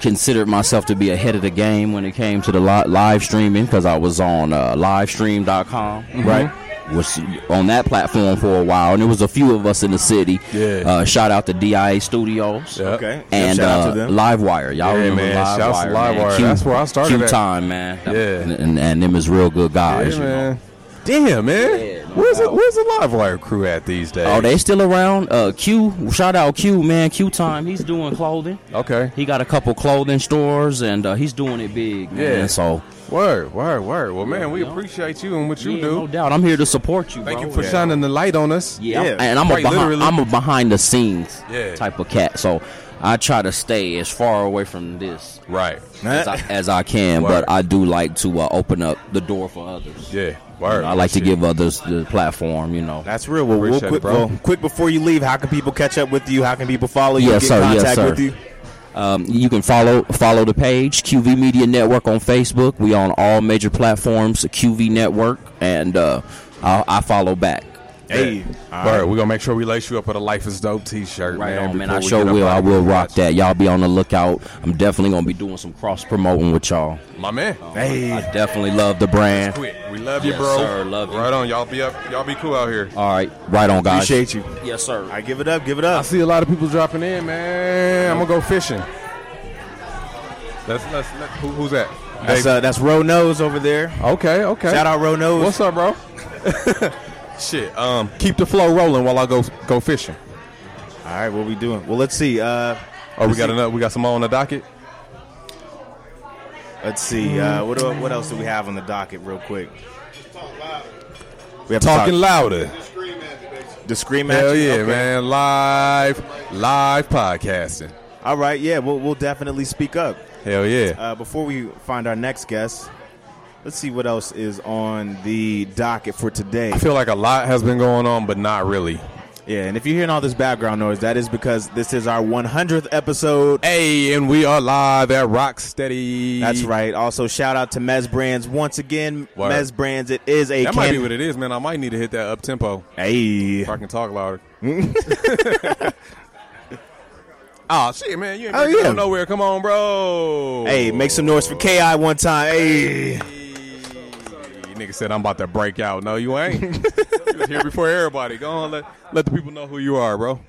Speaker 7: considered myself to be ahead of the game when it came to the li- live streaming because I was on uh, livestream.com,
Speaker 1: Mm-hmm.
Speaker 7: right? Was on that platform for a while, and there was a few of us in the city.
Speaker 1: Yeah.
Speaker 7: Uh, shout out to DIA Studios
Speaker 1: Yeah.
Speaker 2: Okay.
Speaker 7: and
Speaker 2: shout out
Speaker 7: uh,
Speaker 2: to them.
Speaker 7: Livewire. Y'all
Speaker 1: Yeah,
Speaker 7: remember
Speaker 1: man.
Speaker 7: Livewire?
Speaker 1: Shouts to
Speaker 7: man.
Speaker 1: Livewire.
Speaker 7: Q-
Speaker 1: That's where I started
Speaker 7: Q
Speaker 1: at.
Speaker 7: time, man.
Speaker 1: Yeah.
Speaker 7: and, and them is real good guys.
Speaker 1: Yeah,
Speaker 7: you know.
Speaker 1: man. Damn, man.
Speaker 7: Yeah, no
Speaker 1: where's, the,
Speaker 7: doubt.
Speaker 1: where's the Livewire crew at these days?
Speaker 7: Oh, they still around. Uh, Q, shout out Q, man. Q time. He's doing clothing.
Speaker 1: Okay.
Speaker 7: He got a couple clothing stores, and uh, he's doing it big, man.
Speaker 1: Yeah.
Speaker 7: So
Speaker 1: Word, word, word. Well, man, we
Speaker 7: you know.
Speaker 1: appreciate you and what you
Speaker 7: yeah,
Speaker 1: do.
Speaker 7: no doubt, I'm here to support you.
Speaker 1: Thank
Speaker 7: bro.
Speaker 1: you for shining the light on us.
Speaker 7: Yeah,
Speaker 2: Yeah.
Speaker 7: and I'm a
Speaker 1: Quite
Speaker 7: behind,
Speaker 1: literally.
Speaker 7: I'm a behind the scenes
Speaker 1: Yeah.
Speaker 7: type of cat. So I try to stay as far away from this
Speaker 1: Right.
Speaker 7: as I, as I can,
Speaker 1: Word.
Speaker 7: but I do like to uh, open up the door for
Speaker 1: Oh,
Speaker 7: others.
Speaker 1: Yeah. Word.
Speaker 7: I like to give others the platform, you know.
Speaker 2: That's real. Well, real
Speaker 1: Appreciate it,
Speaker 2: quick,
Speaker 1: bro.
Speaker 2: well, quick before you leave, how can people catch up with you? How can people follow you?
Speaker 7: Yes,
Speaker 2: get
Speaker 7: sir.
Speaker 2: in
Speaker 7: Yes,
Speaker 2: contact
Speaker 7: sir.
Speaker 2: with you?
Speaker 7: Um, you can follow follow the page QV Media Network on Facebook. We on all major platforms, QV Network, and uh, I, I follow back.
Speaker 2: Hey, all
Speaker 1: Word.
Speaker 2: right.
Speaker 1: We're gonna make sure we lace you up with a Life is Dope T-shirt.
Speaker 7: Right
Speaker 1: man,
Speaker 7: on, man.
Speaker 1: before
Speaker 7: I
Speaker 1: we
Speaker 7: sure
Speaker 1: get up
Speaker 7: will.
Speaker 1: out
Speaker 7: I
Speaker 1: of here.
Speaker 7: will rock that. Y'all be on the lookout. I'm definitely gonna be doing some cross promoting with y'all.
Speaker 1: My man.
Speaker 2: Hey.
Speaker 7: I definitely love the brand.
Speaker 1: Quit. We love you,
Speaker 7: Yes,
Speaker 1: bro.
Speaker 7: sir. Love you.
Speaker 1: Right on. Y'all be up. Y'all be cool out here.
Speaker 7: All right, right on, guys.
Speaker 2: Appreciate you.
Speaker 7: Yes, sir.
Speaker 2: I give it up. Give it up.
Speaker 1: see a lot of people dropping in, man. I'm gonna go fishing. That's that's let, who, who's that?
Speaker 2: That's
Speaker 1: Dave.
Speaker 2: uh, that's Ro Nose over there.
Speaker 1: okay, okay.
Speaker 2: Shout out Ro Nose.
Speaker 1: What's up, bro? Shit. Um, keep the flow rolling while I go go fishing.
Speaker 2: All right, what we doing? Well, let's see. Uh,
Speaker 1: Oh, we got another. We got some more on the docket.
Speaker 2: let's see. Uh, what do- what else do we have on the docket, real quick? We have to
Speaker 1: Talking
Speaker 2: talk-
Speaker 1: louder.
Speaker 2: the scream match.
Speaker 1: Hell yeah, man! Live, live podcasting.
Speaker 2: All right, yeah, we'll we'll definitely speak up.
Speaker 1: Hell yeah.
Speaker 2: Uh, before we find our next guest, let's see what else is on the docket for today.
Speaker 1: I feel like a lot has been going on, but not really.
Speaker 2: Yeah, and if you're hearing all this background noise, that is because this is our 100th episode.
Speaker 1: Hey, and we are live at Rocksteady.
Speaker 2: That's right. Also, shout out to Mez Brands once again.
Speaker 1: Word.
Speaker 2: Mez Brands, it is a
Speaker 1: That
Speaker 2: can-
Speaker 1: might be what it is, man. I might need to hit that up tempo.
Speaker 2: Hey,
Speaker 1: If I can
Speaker 2: [LAUGHS]
Speaker 1: talk louder. oh shit, man! You ain't
Speaker 2: Oh,
Speaker 1: been
Speaker 2: yeah.
Speaker 1: going nowhere. Come on, bro.
Speaker 2: hey, make some noise for Ki one time. Hey,
Speaker 1: You nigga said I'm about to break out. No, you [LAUGHS] ain't. you was here before everybody. Go on, let let the people know who you are, bro.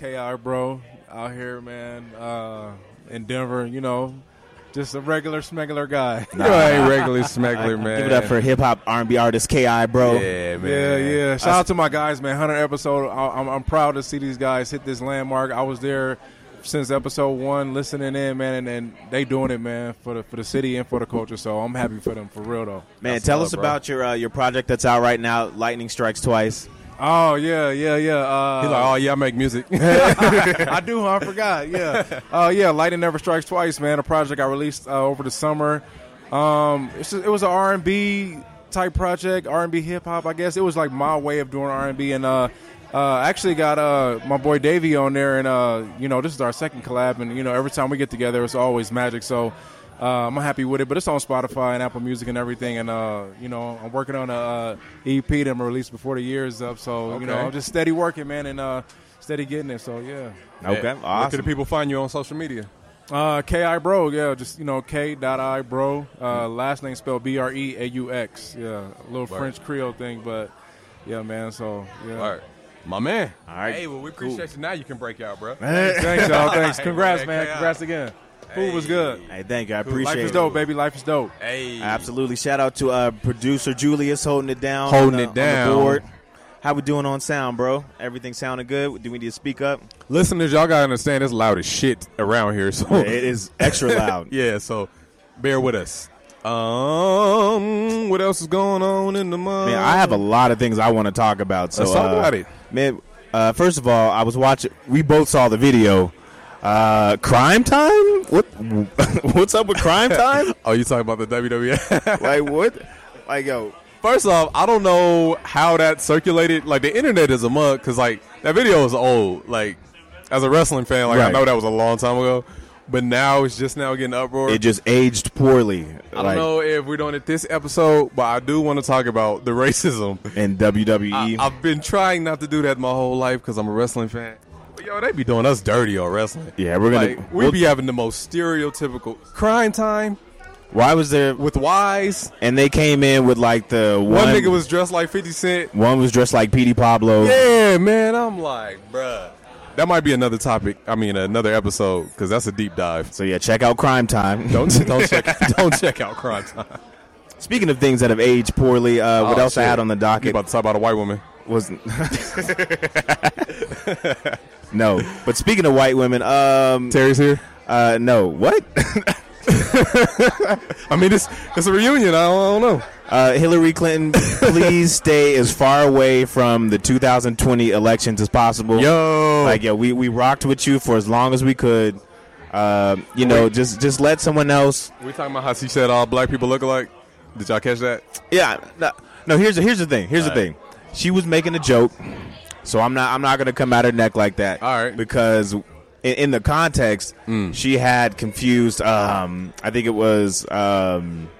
Speaker 8: KR bro out here, man, uh, in Denver. You know, just a regular smuggler guy.
Speaker 1: [LAUGHS] you ain't regularly smuggler, man.
Speaker 2: [LAUGHS] give it up for hip hop R&B artist Ki, bro.
Speaker 1: yeah, man.
Speaker 8: [LAUGHS] Yeah, yeah. Shout out to my guys, man. Hundred episode. I, I'm, I'm proud to see these guys hit this landmark. I was there since episode one, listening in, man, and, and they doing it, man, for the for the city and for the culture. So I'm happy for them, for real though.
Speaker 2: Man,
Speaker 1: That's
Speaker 2: tell
Speaker 1: love,
Speaker 2: us
Speaker 1: bro.
Speaker 2: about your uh, your project that's out right now. Lightning strikes twice.
Speaker 8: Oh yeah, yeah, yeah. Uh,
Speaker 1: He's like, oh yeah, I make music.
Speaker 8: [LAUGHS]
Speaker 1: [LAUGHS]
Speaker 8: I do. I forgot. Yeah. Uh, yeah. Lightning never strikes twice, man. A project I released uh, over the summer. Um, it's just, it was an R and B type project, R and B hip hop. I guess it was like my way of doing R and B, and uh, uh, actually got uh my boy Davey on there, and uh, you know, this is our second collab, and you know, every time we get together, it's always magic. So. Uh, I'm happy with it, but it's on Spotify and Apple Music and everything. And uh, you know, I'm working on a uh, EP that I'm released before the year is up. So you know,
Speaker 1: Okay.
Speaker 8: I'm just steady working, man, and uh, steady getting it. So yeah.
Speaker 2: Okay,
Speaker 1: Where can the
Speaker 2: awesome.
Speaker 1: people find you on social media?
Speaker 8: Uh, Ki bro, yeah, just you know K dot I bro. Uh, last name spelled B R E A U X. Yeah, a little French Creole thing, but yeah, man. So yeah.
Speaker 1: All right, my man.
Speaker 2: All right.
Speaker 1: Hey, well, we appreciate you. Now you can break out,
Speaker 8: [LAUGHS]
Speaker 1: bro. [LAUGHS]
Speaker 8: Thanks, y'all. Thanks.
Speaker 1: Hey,
Speaker 8: Congrats,
Speaker 1: man,
Speaker 8: man.
Speaker 1: K.I.
Speaker 8: Congrats again. Food was good.
Speaker 2: Hey, thank you. I
Speaker 8: Life
Speaker 2: appreciate
Speaker 8: is
Speaker 2: it.
Speaker 8: dope, baby. Life is dope.
Speaker 1: Hey,
Speaker 2: Absolutely. Shout out to uh, producer Julius holding it down. uh,
Speaker 1: Holding
Speaker 2: on the-
Speaker 1: it down.
Speaker 2: On the board. How we doing on sound, bro? Everything sounding good? Do we need to speak up?
Speaker 1: listeners, y'all gotta understand it's loud as shit around here. So
Speaker 2: It is extra loud.
Speaker 1: [LAUGHS] yeah, so bear with us. Um, what else is going on in the month?
Speaker 2: Man, I have a lot of things I want to talk about. So
Speaker 1: Let's talk
Speaker 2: uh,
Speaker 1: about it.
Speaker 2: Man, uh, first of all, I was watching. We both saw the video. Uh, crime time? What? [LAUGHS] What's up with crime time?
Speaker 1: [LAUGHS] Oh, you talking about the
Speaker 2: [LAUGHS]
Speaker 1: WWF?
Speaker 2: like what? Like yo,
Speaker 1: First off, I don't know how that circulated. Like the internet is a mug because like that video is old. Like as a wrestling fan, like I
Speaker 2: Right.
Speaker 1: know that was a long time ago, but now it's just now getting uproar.
Speaker 2: it just aged poorly.
Speaker 1: I
Speaker 2: like,
Speaker 1: don't know if we're doing it this episode, but I do want to talk about the [LAUGHS] racism.
Speaker 2: In E. WWE,
Speaker 1: I, I've been trying not to do that my whole life because I'm a wrestling fan. But yo, they be doing us dirty on wrestling.
Speaker 2: yeah, we're gonna.
Speaker 1: Like, we
Speaker 2: we'll-
Speaker 1: be having the most stereotypical crime time
Speaker 2: why was there?
Speaker 1: with Y's.
Speaker 2: And they came in with like the one, Oh.
Speaker 1: One, nigga was dressed like 50 Cent.
Speaker 2: one was dressed like Petey Pablo.
Speaker 1: Yeah, man, I'm like, bruh. That might be another topic. I mean, another episode because that's a deep dive.
Speaker 2: So yeah, check out Crime Time.
Speaker 1: Don't
Speaker 2: [LAUGHS]
Speaker 1: don't check [LAUGHS] don't check out crime time.
Speaker 2: Speaking of things that have aged poorly, uh, what
Speaker 1: Oh,
Speaker 2: else I
Speaker 1: shit.
Speaker 2: had on the
Speaker 1: You
Speaker 2: docket
Speaker 1: about to talk about a white woman?
Speaker 2: was [LAUGHS] no. But speaking of white women, um,
Speaker 1: Terry's here.
Speaker 2: uh,
Speaker 1: [LAUGHS]
Speaker 2: no, what?
Speaker 1: I mean, it's it's a reunion. I don't, I don't know.
Speaker 2: Uh, Hillary Clinton, please stay as far away from the 2020 elections as possible.
Speaker 1: Yo.
Speaker 2: like yo, we, we rocked with you for as long as we could. Uh, you know, just just let someone else.
Speaker 1: We talking about how she said all black people look alike. Did y'all catch that?
Speaker 2: Yeah, no, no here's the, here's the thing. Here's the thing. She was making a joke, so I'm not I'm not gonna come at her neck like that.
Speaker 1: All right. Mm.
Speaker 2: because in, in the context, she had confused. Um, I think it was. Um,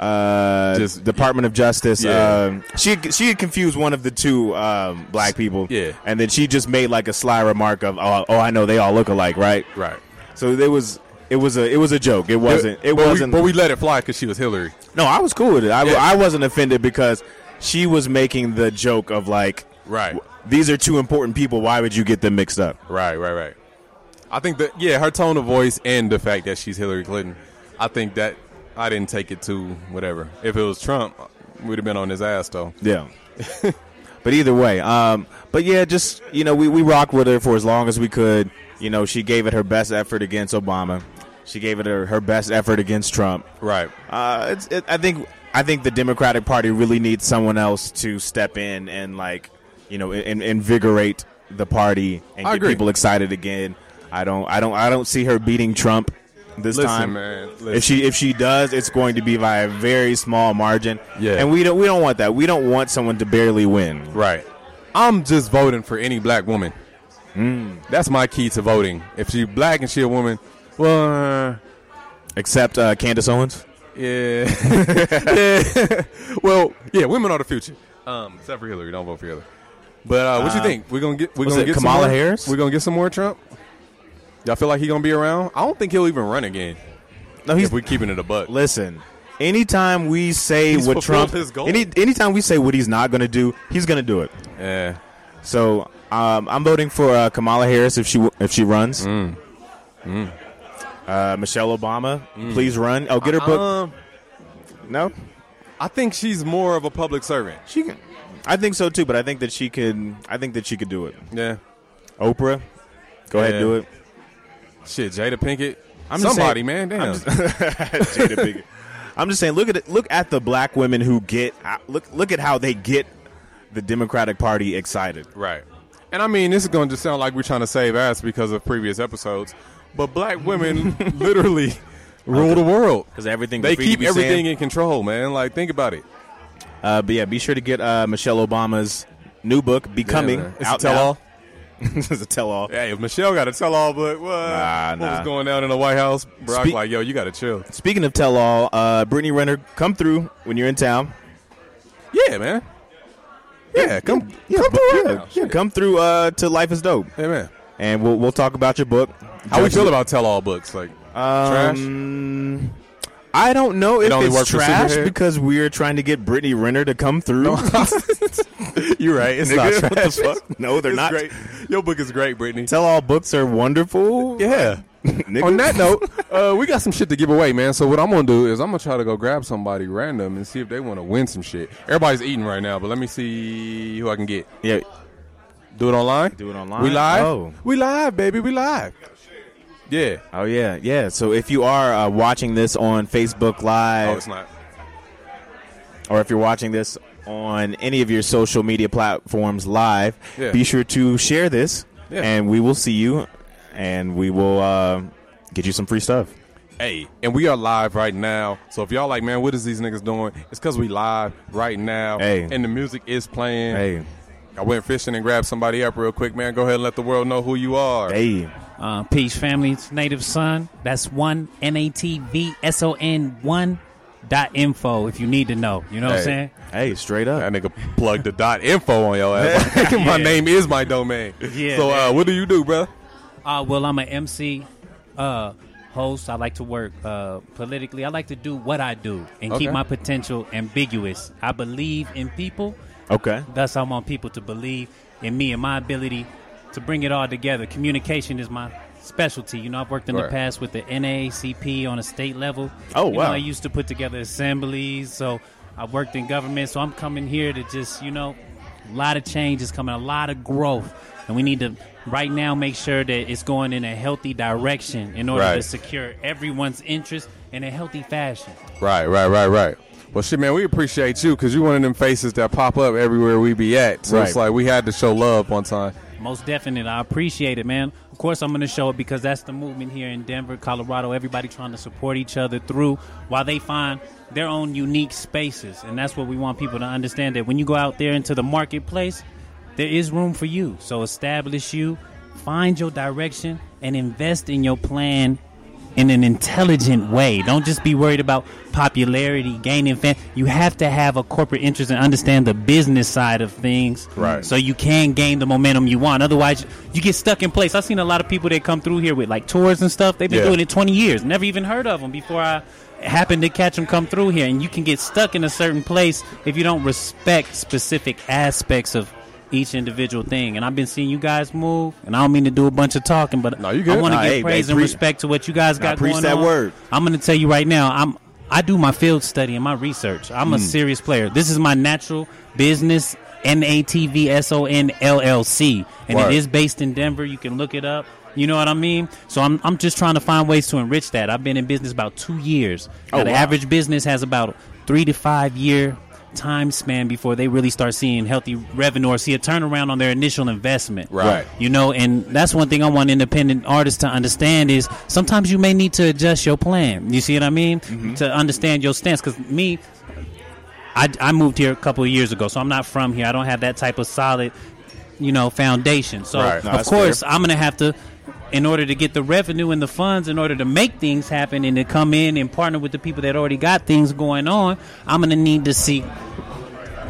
Speaker 2: uh,
Speaker 1: Just-
Speaker 2: Department of Justice.
Speaker 1: Yeah.
Speaker 2: Um, she had- she had confused one of the two um, black people.
Speaker 1: Yeah.
Speaker 2: and then she just made like a sly remark of, "Oh, oh I know they all look alike, right?"
Speaker 1: Right.
Speaker 2: So there was it was a it was a joke. It wasn't it
Speaker 1: but
Speaker 2: wasn't.
Speaker 1: We, but we let it fly because she was Hillary.
Speaker 2: no, I was cool with it. I,
Speaker 1: Yeah.
Speaker 2: I wasn't offended because she was making the joke of like,
Speaker 1: Right.
Speaker 2: These are two important people. Why would you get them mixed up?
Speaker 1: Right. Right. Right. I think that yeah, her tone of voice and the fact that she's Hillary Clinton. I think that I didn't take it to whatever. If it was Trump, we'd have been on his ass though.
Speaker 2: Yeah. [LAUGHS] but either way, um, but yeah, just you know, we we rocked with her for as long as we could. You know, she gave it her best effort against Obama. She gave it her, her best effort against Trump.
Speaker 1: Right.
Speaker 2: Uh, it's, it, I think I think the Democratic Party really needs someone else to step in and like you know in, invigorate the party and
Speaker 1: I
Speaker 2: get
Speaker 1: agree.
Speaker 2: people excited again. I don't I don't I don't see her beating Trump this
Speaker 1: Listen,
Speaker 2: time.
Speaker 1: man.
Speaker 2: If she if she does, it's going to be by a very small margin.
Speaker 1: Yeah.
Speaker 2: and we don't we don't want that. We don't want someone to barely win.
Speaker 1: Right. I'm just voting for any black woman.
Speaker 2: Mm.
Speaker 1: That's my key to voting. If she black and she a woman, well, uh,
Speaker 2: Except uh, Candace Owens. [LAUGHS]
Speaker 1: yeah. yeah. [LAUGHS] well, yeah, women are the future. Um, except for Hillary, don't vote for Hillary. But uh, what you
Speaker 2: Uh,
Speaker 1: think? We're gonna get we're
Speaker 2: was
Speaker 1: gonna
Speaker 2: it
Speaker 1: get some
Speaker 2: Kamala
Speaker 1: more-
Speaker 2: Harris?
Speaker 1: We're gonna get some more Trump. Y'all feel like he gonna be around? I don't think he'll even run again.
Speaker 2: No,
Speaker 1: if we keeping it a buck.
Speaker 2: Listen, anytime we say
Speaker 1: He's
Speaker 2: what Trump
Speaker 1: fulfilled his goal.
Speaker 2: any anytime we say what he's not going to do, he's going to do it.
Speaker 1: Yeah.
Speaker 2: So um, I'm voting for uh, Kamala Harris if she w- if she runs.
Speaker 1: Mm.
Speaker 2: Uh, Michelle Obama,
Speaker 1: Mm.
Speaker 2: please run. Oh, get her book.
Speaker 1: Um,
Speaker 2: no,
Speaker 1: I think she's more of a public servant.
Speaker 2: she can. I think so too, but I think that she can. I think that she could do it.
Speaker 1: Yeah.
Speaker 2: Oprah, go ahead,
Speaker 1: Yeah.
Speaker 2: do it.
Speaker 1: Shit, Jada Pinkett.
Speaker 2: I'm just
Speaker 1: Somebody,
Speaker 2: saying-
Speaker 1: man. Damn.
Speaker 2: I'm just, [LAUGHS] Jada Pinkett. I'm just saying, look at it, look at the black women who get uh, look look at how they get the Democratic Party excited.
Speaker 1: Right. And I mean, this is going to just sound like we're trying to save ass because of previous episodes, but black
Speaker 2: [LAUGHS]
Speaker 1: women literally rule the world.
Speaker 2: 'Cause everything
Speaker 1: they
Speaker 2: graffiti
Speaker 1: keep
Speaker 2: be saying-
Speaker 1: everything in control, man. Like, think about it.
Speaker 2: Uh, but yeah, be sure to get uh, Michelle Obama's new book, Becoming,
Speaker 1: man. It's a
Speaker 2: out
Speaker 1: tell-all?
Speaker 2: now. [LAUGHS] it's a tell-all.
Speaker 1: Hey, if Michelle got a tell-all book, what,
Speaker 2: Nah,
Speaker 1: what was
Speaker 2: nah.
Speaker 1: going down in the White House? Brock,
Speaker 2: Speak-
Speaker 1: like, yo, you got to chill.
Speaker 2: Speaking of tell-all, uh, Brittany Renner, come through when you're in town.
Speaker 1: Yeah, man. Yeah, come, come
Speaker 2: but-
Speaker 1: through.
Speaker 2: yeah,
Speaker 1: right now.
Speaker 2: yeah, come through uh, to Life is Dope,
Speaker 1: Hey, man.
Speaker 2: and we'll we'll talk about your book.
Speaker 1: How we feel about tell-all books? Like, trash?
Speaker 2: Um, I don't know if
Speaker 1: only
Speaker 2: it's
Speaker 1: worked for
Speaker 2: trash
Speaker 1: Superhead?
Speaker 2: because we're trying to get Brittany Renner to come through. [LAUGHS]
Speaker 1: You're right. It's
Speaker 2: Nigga, [LAUGHS] what
Speaker 1: [LAUGHS]
Speaker 2: the fuck? No, they're
Speaker 1: It's
Speaker 2: not.
Speaker 1: great. Your book is great, Brittany.
Speaker 2: Tell-all books are
Speaker 1: [LAUGHS]
Speaker 2: wonderful.
Speaker 1: yeah.
Speaker 2: Nigga.
Speaker 1: On
Speaker 2: [LAUGHS]
Speaker 1: that note, uh, we got some shit to give away, man. So what I'm gonna do is I'm gonna try to go grab somebody random and see if they want to win some shit. Everybody's eating right now, but let me see who I can get.
Speaker 2: yeah,
Speaker 1: Do it online.
Speaker 2: Do it online?
Speaker 1: We live.
Speaker 2: Oh.
Speaker 1: We live, baby. We live. Yeah.
Speaker 2: Oh yeah, yeah. So if you are uh, watching this on Facebook
Speaker 1: Oh,
Speaker 2: Live,
Speaker 1: it's not.
Speaker 2: or if you're watching this on any of your social media platforms live,
Speaker 1: Yeah.
Speaker 2: be sure to share this,
Speaker 1: Yeah.
Speaker 2: and we will see you, and we will uh, get you some free stuff.
Speaker 1: Hey, and we are live right now. So if y'all like, man, what is these niggas doing? It's because we live right now.
Speaker 2: Hey.
Speaker 1: And the music is playing.
Speaker 2: Hey,
Speaker 1: I went fishing and grabbed somebody up real quick, man. Go ahead and let the world know who you are.
Speaker 2: hey,
Speaker 9: Uh, peace, family. It's Native Son. That's one N A T V S O N one dot info. If you need to know, you know what
Speaker 1: Hey.
Speaker 9: I'm saying.
Speaker 2: hey, straight
Speaker 1: That
Speaker 2: up.
Speaker 1: nigga plugged the dot info on your ass. my name is my domain.
Speaker 9: Yeah,
Speaker 1: so uh,
Speaker 9: man.
Speaker 1: what do you do, bro?
Speaker 9: Uh, well, I'm an MC uh, host. I like to work uh, politically. I like to do what I do and
Speaker 1: Okay.
Speaker 9: keep my potential ambiguous. I believe in people.
Speaker 2: Okay.
Speaker 9: Thus, I want people to believe in me and my ability to bring it all together. Communication is my specialty. You know, I've worked in
Speaker 1: Right.
Speaker 9: the past with the NAACP on a state level.
Speaker 2: Oh,
Speaker 9: You
Speaker 2: wow.
Speaker 9: Know, I used to put together assemblies, so I've worked in government. So I'm coming here to just, you know, a lot of change is coming, a lot of growth, and we need to right now make sure that it's going in a healthy direction in order
Speaker 1: Right.
Speaker 9: to secure everyone's interest in a healthy fashion.
Speaker 1: Right, right, right, right. Well, shit, man, we appreciate you because you're one of them faces that pop up everywhere we be at. So it's
Speaker 2: Right.
Speaker 1: like we had to show love one time.
Speaker 9: Most definite. I appreciate it, man. Of course, I'm going to show it because that's the movement here in Denver, Colorado. Everybody trying to support each other through while they find their own unique spaces. And that's what we want people to understand that when you go out there into the marketplace, there is room for you. So establish you, find your direction, and invest in your plan in an intelligent way. Don't just be worried about popularity, gaining fan. You have to have a corporate interest and understand the business side of things,
Speaker 1: Right.
Speaker 9: So you can gain the momentum you want. Otherwise, you get stuck in place. I've seen a lot of people that come through here with like tours and stuff. They've been
Speaker 1: Yeah.
Speaker 9: doing it 20 years, never even heard of them before I happened to catch them come through here. And you can get stuck in a certain place if you don't respect specific aspects of. Each individual thing, and I've been seeing you guys move, and I don't mean to do a bunch of talking, but
Speaker 1: No, you
Speaker 9: I
Speaker 1: good.
Speaker 9: want to
Speaker 2: Nah,
Speaker 9: give
Speaker 2: hey,
Speaker 9: praise
Speaker 2: hey,
Speaker 9: and
Speaker 2: pre-
Speaker 9: respect to what you guys
Speaker 2: Now
Speaker 9: got
Speaker 2: preach
Speaker 9: going
Speaker 2: that
Speaker 9: on.
Speaker 2: word.
Speaker 9: I'm going to tell you right now. I'm I do my field study and my research. I'm
Speaker 2: Hmm.
Speaker 9: a serious player. This is my natural business. N A T V S O N L L C, and
Speaker 1: Word.
Speaker 9: it is based in Denver. You can look it up. You know what I mean? So I'm I'm just trying to find ways to enrich that. I've been in business about two years.
Speaker 2: Oh,
Speaker 9: Now, the average business has about three to five year time span before they really start seeing healthy revenue or see a turnaround on their initial investment
Speaker 1: Right.
Speaker 9: you know and that's one thing i want independent artists to understand is sometimes you may need to adjust your plan you see what i mean
Speaker 1: Mm-hmm.
Speaker 9: to understand your stance because me I, I moved here a couple of years ago so i'm not from here i don't have that type of solid you know foundation so
Speaker 1: Right. No,
Speaker 9: of
Speaker 2: that's
Speaker 9: course i'm gonna have to in order to get the revenue and the funds in order to make things happen and to come in and partner with the people that already got things going on i'm gonna need to see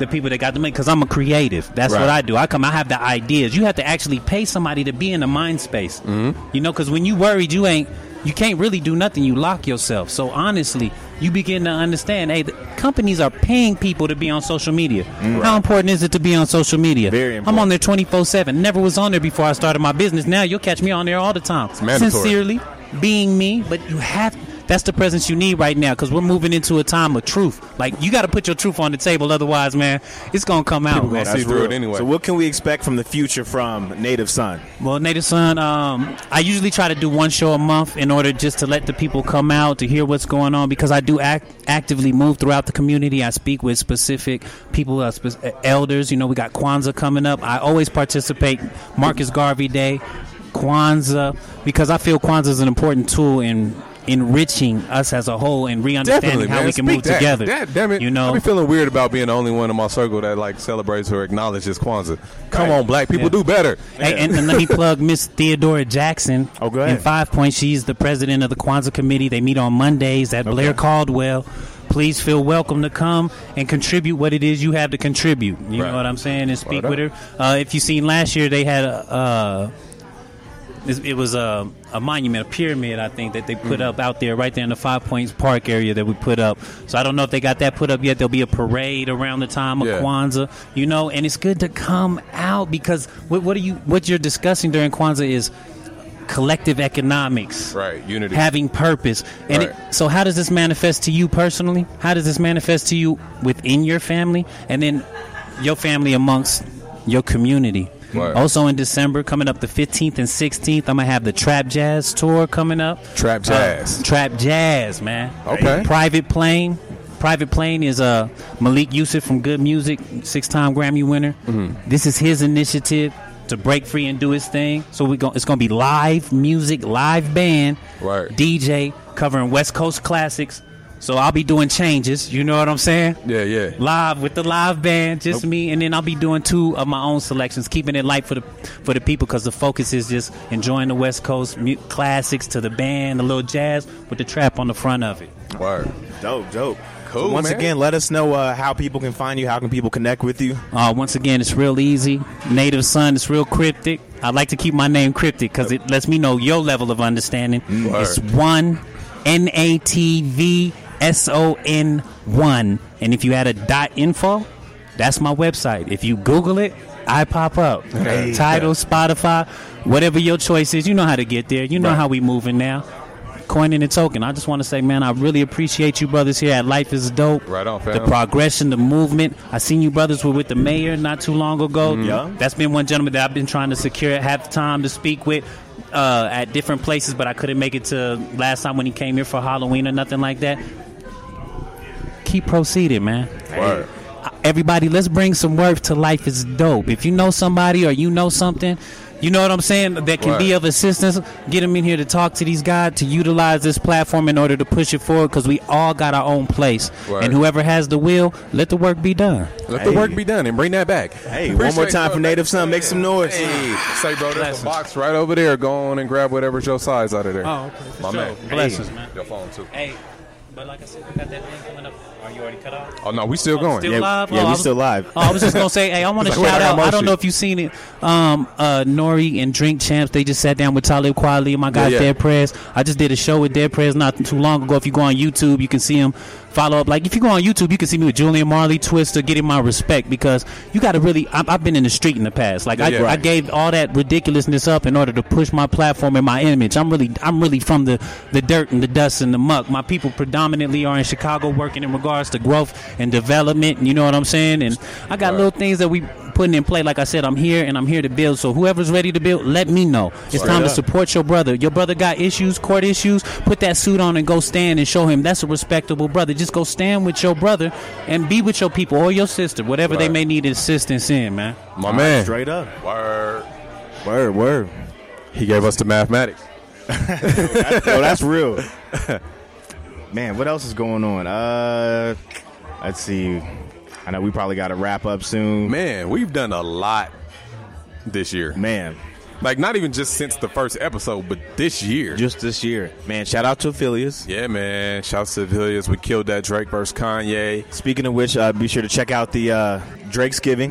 Speaker 9: the people that got the money because I'm a creative. That's
Speaker 1: Right.
Speaker 9: what I do. I come. I have the ideas. You have to actually pay somebody to be in the mind space. Mm-hmm. You know, because when you worried, you ain't. You can't really do nothing. You lock yourself. So honestly, you begin to understand. Hey, the companies are paying people to be on social media. How important is it to be on social media?
Speaker 2: Very
Speaker 9: I'm
Speaker 2: important.
Speaker 9: on there 24 seven. Never was on there before I started my business. Now you'll catch me on there all the time.
Speaker 1: mandatory.
Speaker 9: Sincerely, being me, but you have. That's the presence you need right now because we're moving into a time of truth. Like you got to put your truth on the table, otherwise, man, it's gonna come out. man.
Speaker 1: see through it anyway.
Speaker 2: So what can we expect from the future from Native Son?
Speaker 9: Well, Native Son, um, I usually try to do one show a month in order just to let the people come out to hear what's going on because I do act- actively move throughout the community. I speak with specific people, uh, spe- uh, elders. You know, we got Kwanzaa coming up. I always participate. Marcus Garvey Day, Kwanzaa, because I feel Kwanzaa is an important tool in enriching us as a whole and
Speaker 1: Definitely,
Speaker 9: re-understanding how
Speaker 1: man.
Speaker 9: we can
Speaker 1: Speak
Speaker 9: move
Speaker 1: that.
Speaker 9: together.
Speaker 1: That- damn it.
Speaker 9: You know,
Speaker 1: I be feeling weird about being the only one in my circle that like celebrates or acknowledges Kwanzaa. Come on, black people,
Speaker 9: Yeah.
Speaker 1: do better.
Speaker 9: Hey, and, and
Speaker 1: [LAUGHS]
Speaker 9: let me plug Miss Theodora Jackson.
Speaker 2: Oh, go ahead.
Speaker 9: In Five Points, she's the president of the Kwanzaa Committee. They meet on Mondays at Blair Caldwell. Please feel welcome to come and contribute what it is you have to contribute. You
Speaker 1: Right.
Speaker 9: know what I'm saying? And speak
Speaker 1: Word
Speaker 9: with her. Uh, if you seen last year, they had a. Uh, it it was a, a monument, a pyramid, I think, that they put up out there, right there in the Five Points Park area that we put up. So I don't know if they got that put up yet. There'll be a parade around the time of
Speaker 1: Yeah.
Speaker 9: Kwanzaa, you know. And it's good to come out because what, what are you what you're discussing during Kwanzaa is collective economics,
Speaker 1: Right, unity.
Speaker 9: having purpose. And
Speaker 1: Right.
Speaker 9: it, so, how does this manifest to you personally? How does this manifest to you within your family, and then your family amongst your community?
Speaker 1: Right.
Speaker 9: Also in December, coming up the 15th and 16th, I'm gonna have the Trap Jazz tour coming up.
Speaker 1: Trap
Speaker 9: Uh,
Speaker 1: jazz.
Speaker 9: Trap Jazz, man.
Speaker 1: Okay.
Speaker 9: Private Plane. Private Plane is uh, Malik Yusuf from Good Music, six-time Grammy winner.
Speaker 1: Mm-hmm.
Speaker 9: This is his initiative to break free and do his thing. So we go, it's going to be live music, live band,
Speaker 1: Right.
Speaker 9: DJ covering West Coast classics. So I'll be doing changes. You know what I'm saying?
Speaker 1: yeah, yeah.
Speaker 9: live with the live band, just me, and then I'll be doing two of my own selections, keeping it light for the for the people because the focus is just enjoying the West Coast mu- classics to the band, the little jazz with the trap on the front of it.
Speaker 1: Word.
Speaker 2: Dope, dope.
Speaker 1: Cool,
Speaker 2: Once
Speaker 1: man.
Speaker 2: again, let us know uh, how people can find you. How can people connect with you?
Speaker 9: Uh, once again, it's real easy. Native son, it's real cryptic. I like to keep my name cryptic because it lets me know your level of understanding.
Speaker 1: Mm,
Speaker 9: It's one, N A T V S O N one, and if you add a dot info, that's my website. If you Google it, I pop up. Title, Spotify, whatever your choice is. You know how to get there. You know how we moving now. Coin and a token. I just want to say, man, I really appreciate you brothers here at Life is Dope.
Speaker 1: Right on, fam.
Speaker 9: The progression, the movement. I seen you brothers were with the mayor not too long ago.
Speaker 1: Mm-hmm.
Speaker 2: Yeah.
Speaker 9: That's been one gentleman that I've been trying to secure, have time to speak with uh, at different places, but I couldn't make it to last time when he came here for Halloween or nothing like that. keep proceeding, man.
Speaker 1: Word.
Speaker 9: Uh, Everybody, let's bring some worth to life is dope. If you know somebody or you know something, you know what I'm saying, that can be
Speaker 1: Right.
Speaker 9: of assistance, get them in here to talk to these guys, to utilize this platform in order to push it forward because we all got our own place.
Speaker 1: Right.
Speaker 9: And whoever has the will, let the work be done.
Speaker 1: Let the work be done and bring that back.
Speaker 2: Hey, one more time for Native Son. Make some noise.
Speaker 1: Hey, say, bro, there's a box right over there. Go on and grab whatever's your size out of there.
Speaker 9: Oh, okay, for
Speaker 1: My
Speaker 9: sure.
Speaker 1: man.
Speaker 9: Blessings, man.
Speaker 1: Your phone, too.
Speaker 9: Hey, but like I said, we got that thing coming up. Are you already cut off?
Speaker 1: Oh, no, we still going.
Speaker 9: Still
Speaker 2: Yeah,
Speaker 9: live?
Speaker 2: yeah,
Speaker 9: Oh, I
Speaker 2: we
Speaker 9: was-
Speaker 2: still live.
Speaker 9: Oh, [LAUGHS] I was just gonna say, hey,
Speaker 1: [LAUGHS]
Speaker 9: I want to
Speaker 1: Wait, I
Speaker 9: shout
Speaker 1: got
Speaker 9: out.
Speaker 1: more
Speaker 9: I don't know
Speaker 1: shit.
Speaker 9: if you've seen it. Um, uh, Nori and Drink Champs, they just sat down with Talib Kweli and my guys
Speaker 1: yeah.
Speaker 9: Dead Prez. I just did a show with Dead Prez not too long ago. If you go on YouTube, you can see him. Follow up, like if you go on YouTube, you can see me with Julian Marley, Twister, getting my respect because you got to really. I, I've been in the street in the past, like I,
Speaker 1: Yeah, yeah.
Speaker 9: I gave all that ridiculousness up in order to push my platform and my image. I'm really, I'm really from the the dirt and the dust and the muck. My people predominantly are in Chicago, working in regards to growth and development. You know what I'm saying? And I got little things that we putting in play. Like I said, I'm here and I'm here to build. So whoever's ready to build, let me know. It's time to support your brother. Your brother got issues, court issues. Put that suit on and go stand and show him that's a respectable brother. Just go stand with your brother and be with your people or your sister, whatever they
Speaker 1: Right.
Speaker 9: may need assistance in, man.
Speaker 1: My man.
Speaker 2: Straight up.
Speaker 1: Word.
Speaker 2: Word, word.
Speaker 1: He gave us the mathematics.
Speaker 2: Yo, that's real. [LAUGHS] Man, what else is going on? Uh, let's see. I know we probably got to wrap up soon.
Speaker 1: Man, we've done a lot this year.
Speaker 2: Man,
Speaker 1: Like, not even just since the first episode, but this year.
Speaker 2: just this year. Man, shout out to Affiliates.
Speaker 1: yeah, man. Shout out to Villiers. We killed that Drake versus Kanye.
Speaker 2: Speaking of which, uh, be sure to check out the uh, Drake's Giving.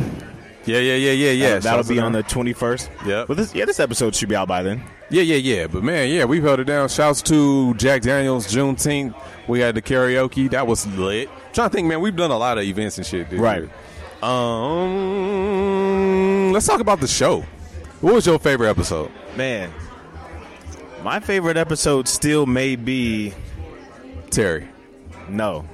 Speaker 1: Yeah, yeah, yeah, yeah, yeah.
Speaker 2: That'll- that'll
Speaker 1: Shouts
Speaker 2: be
Speaker 1: to
Speaker 2: on
Speaker 1: them.
Speaker 2: the 21st.
Speaker 1: Yep.
Speaker 2: Well, this, yeah, this episode should be out by then.
Speaker 1: Yeah, yeah, yeah. But man, yeah, we've held it down. Shouts to Jack Daniels, Juneteenth. We had the karaoke. That was lit. trying to think, man, we've done a lot of events and shit. This
Speaker 2: Right.
Speaker 1: year. Um, let's talk about the show. What was your favorite episode?
Speaker 2: Man, my favorite episode still may be
Speaker 1: Terry. [LAUGHS]
Speaker 2: no.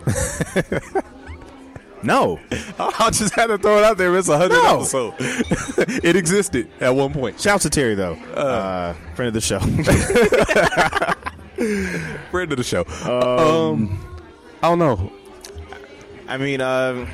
Speaker 2: no.
Speaker 1: I just had to throw it out there. It's a hundred
Speaker 2: No.
Speaker 1: episode. [LAUGHS] it existed at one point.
Speaker 2: Shout out to Terry, though. Uh, friend of the show.
Speaker 1: [LAUGHS] Friend of the show. Um, I don't know.
Speaker 2: I mean, uh,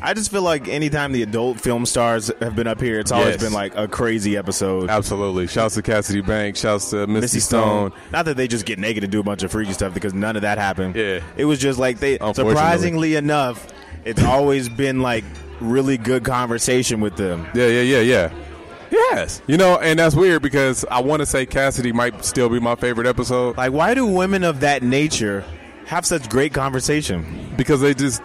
Speaker 2: I just feel like anytime the adult film stars have been up here, it's always
Speaker 1: Yes.
Speaker 2: been like a crazy episode.
Speaker 1: Absolutely. Shouts to Cassidy Banks. Shouts to Misty,
Speaker 2: Missy
Speaker 1: Stone.
Speaker 2: Stone. Not that they just get naked and do a bunch of freaky stuff because none of that happened.
Speaker 1: Yeah.
Speaker 2: It was just like they
Speaker 1: Unfortunately.
Speaker 2: surprisingly enough, it's always been like really good conversation with them.
Speaker 1: Yeah, yeah, yeah, yeah. Yes. You know, and that's weird because I want to say Cassidy might still be my favorite episode
Speaker 2: Like why do women of that nature have such great conversation?
Speaker 1: because they just.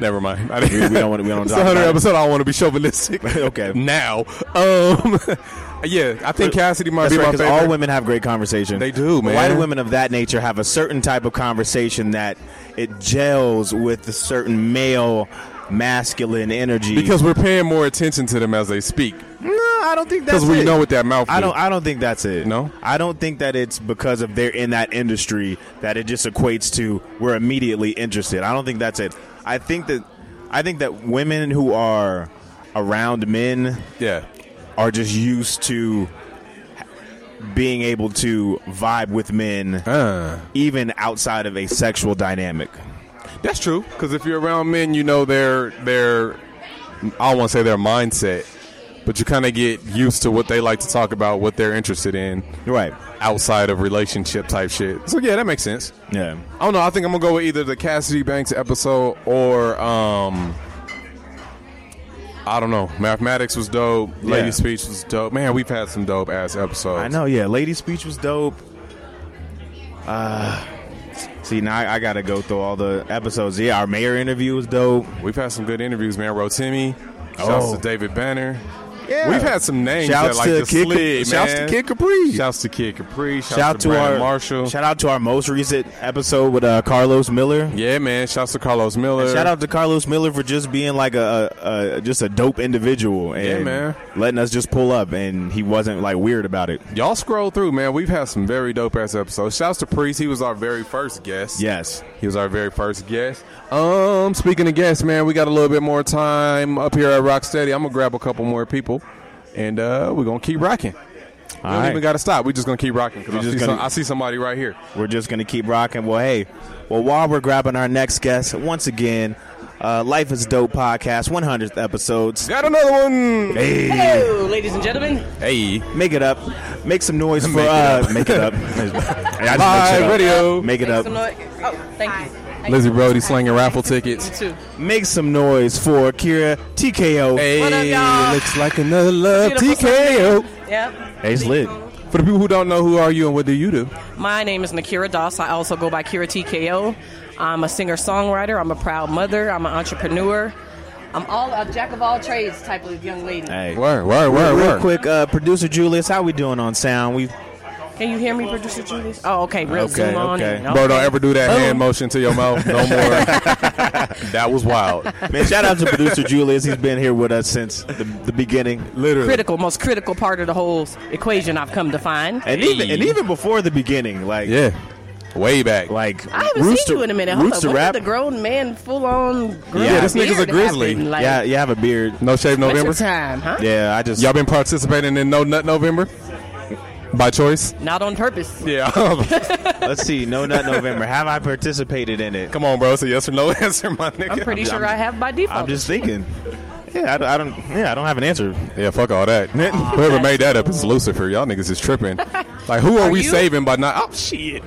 Speaker 1: Never mind. I
Speaker 2: We- we don't wanna- we don't
Speaker 1: It's
Speaker 2: talk
Speaker 1: a hundred
Speaker 2: about it.
Speaker 1: episode. I don't want to be chauvinistic.
Speaker 2: [LAUGHS] Okay.
Speaker 1: Now, um, [LAUGHS] yeah, I think Cassidy might
Speaker 2: That's
Speaker 1: be
Speaker 2: right,
Speaker 1: my
Speaker 2: because
Speaker 1: favorite.
Speaker 2: all women have great conversation.
Speaker 1: They do,
Speaker 2: But Why do
Speaker 1: man.
Speaker 2: women of that nature have a certain type of conversation that it gels with the certain male masculine energy?
Speaker 1: because we're paying more attention to them as they speak.
Speaker 2: no, I don't think that's
Speaker 1: Because we
Speaker 2: it.
Speaker 1: know what that mouth.
Speaker 2: I
Speaker 1: do.
Speaker 2: don't. I don't think that's it.
Speaker 1: No?
Speaker 2: I don't think that it's because of they're in that industry that it just equates to we're immediately interested. I don't think that's it. I think that I think that women who are around men
Speaker 1: yeah.
Speaker 2: are just used to being able to vibe with men,
Speaker 1: Uh,
Speaker 2: even outside of a sexual dynamic.
Speaker 1: that's true. Because if you're around men, you know their their. I don't want to say their mindset, but you kind of get used to what they like to talk about, what they're interested in.
Speaker 2: Right.
Speaker 1: outside of relationship type shit. So yeah, that makes sense.
Speaker 2: Yeah.
Speaker 1: I don't know. I think I'm gonna go with either the Cassidy Banks episode or um, I don't know. Mathematics was dope. Lady
Speaker 2: Yeah.
Speaker 1: speech was dope. Man, we've had some dope ass episodes.
Speaker 2: I know. Yeah. Lady speech was dope. Uh, see now I, I gotta go through all the episodes. Yeah, our mayor interview was dope.
Speaker 1: We've had some good interviews, man. Rotimi. Shouts
Speaker 2: Oh.
Speaker 1: to David Banner.
Speaker 2: Yeah.
Speaker 1: We've had some names
Speaker 2: Shouts
Speaker 1: that like
Speaker 2: to
Speaker 1: to
Speaker 2: Kid
Speaker 1: slid,
Speaker 2: Cap- shouts
Speaker 1: man.
Speaker 2: to Kid Capri.
Speaker 1: Shouts to Kid Capri. Shouts
Speaker 2: Shout out to
Speaker 1: Brandon
Speaker 2: our
Speaker 1: Marshall.
Speaker 2: Shout out to our most recent episode with uh, Carlos Miller.
Speaker 1: yeah, man. Shouts to Carlos Miller.
Speaker 2: Shout out to Carlos Miller for just being like a, a, a just a dope individual and
Speaker 1: Yeah, man.
Speaker 2: letting us just pull up, and he wasn't like weird about it.
Speaker 1: Y'all scroll through, man. We've had some very dope ass episodes. Shouts to Priest. He was our very first guest.
Speaker 2: Yes,
Speaker 1: He was our very first guest. Um, speaking of guests, man, we got a little bit more time up here at Rocksteady. I'm gonna grab a couple more people, and uh, we're gonna keep rocking. We don't
Speaker 2: right.
Speaker 1: even got to stop. We're just gonna keep rocking.
Speaker 2: We're
Speaker 1: Cause I,
Speaker 2: just
Speaker 1: see some-
Speaker 2: gonna-
Speaker 1: I see somebody right here.
Speaker 2: We're just going to keep rocking. Well, hey, well, while we're grabbing our next guest, once again, uh, Life is Dope podcast, 100th episodes.
Speaker 1: Got another one.
Speaker 2: Hey,
Speaker 10: Hello, ladies and gentlemen.
Speaker 1: Hey,
Speaker 2: make it up. Make some noise for
Speaker 1: Make it
Speaker 2: uh, make [LAUGHS] it up. Hey, I just mixed it
Speaker 1: live
Speaker 2: up.
Speaker 1: radio.
Speaker 2: Make it
Speaker 10: Make
Speaker 2: up.
Speaker 10: some noise. Oh, thank you.
Speaker 1: Lizzie Brody slinging raffle tickets.
Speaker 10: Two.
Speaker 2: Make some noise for Kira TKO.
Speaker 1: Hey,
Speaker 10: What up, y'all?
Speaker 1: looks like another
Speaker 2: Uh,
Speaker 1: love
Speaker 10: Beautiful
Speaker 1: TKO.
Speaker 10: Yep.
Speaker 2: Hey, it's lit.
Speaker 1: For the people who don't know, who are you and what do you do?
Speaker 10: My name is Nakira Doss. I also go by Kira TKO. I'm a singer songwriter. I'm a proud mother. I'm an entrepreneur. I'm all a jack of all trades type of young lady.
Speaker 2: Hey.
Speaker 1: Word, word, word,
Speaker 2: Real
Speaker 1: word.
Speaker 2: quick, uh, producer Julius, how we doing on sound? We
Speaker 10: Can you hear me, producer Julius? Oh, okay. Real
Speaker 2: Okay,
Speaker 10: zoom on.
Speaker 2: okay.
Speaker 10: in.
Speaker 1: Bro, don't ever do that hand motion to your mouth no more.
Speaker 2: [LAUGHS]
Speaker 1: that was wild.
Speaker 2: man, shout out to producer Julius. He's been here with us since the, the beginning, literally,
Speaker 10: Critical, most critical part of the whole equation I've come to find.
Speaker 2: and even and even before the beginning, like
Speaker 1: Yeah, way back.
Speaker 2: like
Speaker 10: I haven't
Speaker 2: roots
Speaker 10: seen
Speaker 2: to-
Speaker 10: you in a minute. Hold
Speaker 2: Roots
Speaker 10: up.
Speaker 2: to
Speaker 10: When
Speaker 2: rap. [LAUGHS]
Speaker 10: did the grown man full on grown
Speaker 2: Yeah, this
Speaker 10: beard
Speaker 1: nigga's a
Speaker 10: happen?
Speaker 1: grizzly.
Speaker 10: Like,
Speaker 2: yeah, you have a beard.
Speaker 1: No shave November.
Speaker 10: Winter time, huh?
Speaker 2: Yeah, I just
Speaker 1: Y'all been participating in No Nut November by choice?
Speaker 10: Not on purpose.
Speaker 1: Yeah.
Speaker 2: let's see. No, not November. Have I participated in it?
Speaker 1: Come on, bro. It's a yes or no [LAUGHS] answer, my nigga.
Speaker 10: [LAUGHS] I'm pretty sure i have by default.
Speaker 2: I'm just thinking. Yeah, I, don't- I don't. Yeah, I don't have an answer.
Speaker 1: Yeah, fuck all that.
Speaker 10: Oh,
Speaker 1: [LAUGHS] Whoever made that up is Lucifer. Y'all niggas is
Speaker 10: [LAUGHS]
Speaker 1: tripping. Like, who are,
Speaker 10: Are
Speaker 1: we
Speaker 10: you?
Speaker 1: saving by not? Oh shit!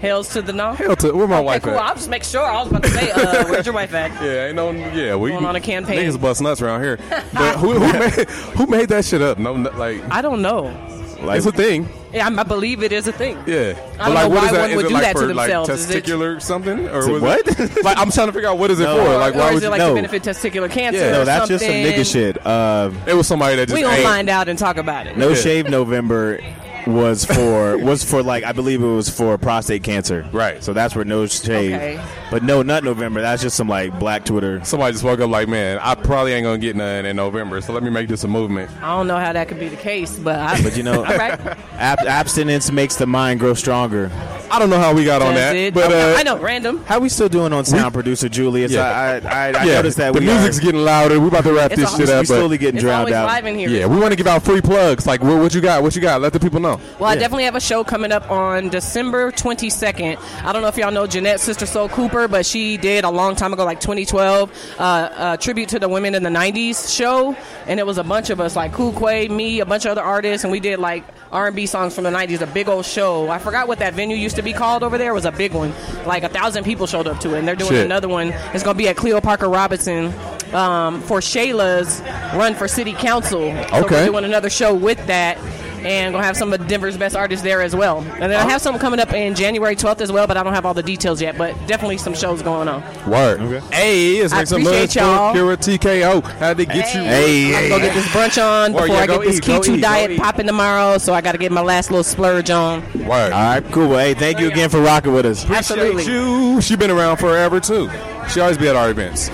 Speaker 10: Hells to the no.
Speaker 1: Hell to where my
Speaker 10: Okay,
Speaker 1: wife
Speaker 10: cool.
Speaker 1: at?
Speaker 10: I'll just make sure. I was
Speaker 1: [LAUGHS]
Speaker 10: about to say, uh, where's your wife at?
Speaker 1: Yeah, ain't no. Yeah, we
Speaker 10: Going on a campaign.
Speaker 1: Niggas bust nuts around
Speaker 10: [LAUGHS]
Speaker 1: here. But who, who, made, who made that shit up? No, no, like
Speaker 10: I don't know.
Speaker 2: Like,
Speaker 1: it's a thing.
Speaker 10: Yeah, I, I believe it is a thing.
Speaker 1: Yeah.
Speaker 10: I don't
Speaker 1: like,
Speaker 10: know
Speaker 1: what
Speaker 10: why
Speaker 1: is that?
Speaker 10: one
Speaker 1: Is
Speaker 10: would
Speaker 1: it
Speaker 10: do
Speaker 1: like
Speaker 10: that to
Speaker 1: for
Speaker 10: themselves.
Speaker 1: like
Speaker 10: Is it-
Speaker 1: testicular something or
Speaker 2: it
Speaker 1: was
Speaker 2: what?
Speaker 1: It, [LAUGHS] like, I'm trying to figure out what is it
Speaker 2: No.
Speaker 1: for.
Speaker 2: Or-
Speaker 1: Like,
Speaker 10: or
Speaker 1: why
Speaker 10: is
Speaker 1: would
Speaker 10: it
Speaker 1: you?
Speaker 10: like
Speaker 2: no.
Speaker 10: to benefit testicular cancer?
Speaker 1: Yeah.
Speaker 10: or
Speaker 2: no, that's just some
Speaker 10: something?
Speaker 2: nigga shit. Uh,
Speaker 1: it was somebody that just
Speaker 10: We gonna
Speaker 1: ate.
Speaker 10: find out and talk about it.
Speaker 2: no shave November was for was for like I believe it was for prostate cancer.
Speaker 1: Right.
Speaker 2: So that's where no shave.
Speaker 10: Okay.
Speaker 2: But no, not November. That's just some like black Twitter.
Speaker 1: Somebody just woke up like, man, I probably ain't gonna get none in November, so let me make this a movement.
Speaker 10: I don't know how that could be the case,
Speaker 1: [LAUGHS]
Speaker 10: but I,
Speaker 2: But you know,
Speaker 10: all right.
Speaker 2: ab- abstinence makes the mind grow stronger.
Speaker 1: I don't know how we got on
Speaker 10: Does
Speaker 1: that,
Speaker 10: it?
Speaker 1: but uh,
Speaker 10: I know, random.
Speaker 2: How we still doing on sound, producer Julius?
Speaker 1: Yeah.
Speaker 2: I I, I, I
Speaker 1: yeah,
Speaker 2: noticed that
Speaker 1: the
Speaker 2: we
Speaker 1: music's
Speaker 2: are,
Speaker 1: getting louder. We about to wrap
Speaker 10: It's
Speaker 1: this
Speaker 10: a-
Speaker 1: shit
Speaker 2: we
Speaker 1: up, but
Speaker 2: slowly getting
Speaker 10: It's
Speaker 2: drowned
Speaker 10: always
Speaker 2: out.
Speaker 10: live in here.
Speaker 1: yeah, we want to give out free plugs. Like, what, what you got? What you got? Let the people know.
Speaker 10: Well, I definitely have a show coming up on December 22nd. I don't know if y'all know Jeanette Sister Soul Cooper, but she did a long time ago, like 2012, uh, uh, tribute to the women in the 90s show, and it was a bunch of us, like Kool Quay, me, a bunch of other artists, and we did like R&B songs from the 90s, a big old show. I forgot what that venue used to be called over there. It was a big one. Like a thousand people showed up to it, and they're doing
Speaker 1: Shit.
Speaker 10: another one. It's going to be at Cleo Parker Robinson. Um, for Shayla's run for city council. So
Speaker 1: Okay.
Speaker 10: we're doing another show with that. And gonna have some of Denver's best artists there as well. And then I have some coming up in January 12th as well, but I don't have all the details yet. But definitely some shows going on.
Speaker 1: Word. Hey, let's
Speaker 10: I
Speaker 1: make some noise
Speaker 10: appreciate
Speaker 1: for
Speaker 10: y'all.
Speaker 1: Kira TKO. How they get you?
Speaker 2: Hey,
Speaker 10: I'm
Speaker 2: hey,
Speaker 10: gonna get this brunch on
Speaker 1: Or,
Speaker 10: before
Speaker 1: yeah,
Speaker 10: I
Speaker 1: go
Speaker 10: get this
Speaker 1: eat, go
Speaker 10: keto
Speaker 1: eat, go eat.
Speaker 10: diet popping tomorrow. So I gotta get my last little splurge on.
Speaker 2: All
Speaker 1: Word.
Speaker 2: right, cool. Well, hey, thank you again for rocking with us.
Speaker 10: Absolutely.
Speaker 1: You. She been around forever too. She always be at our events.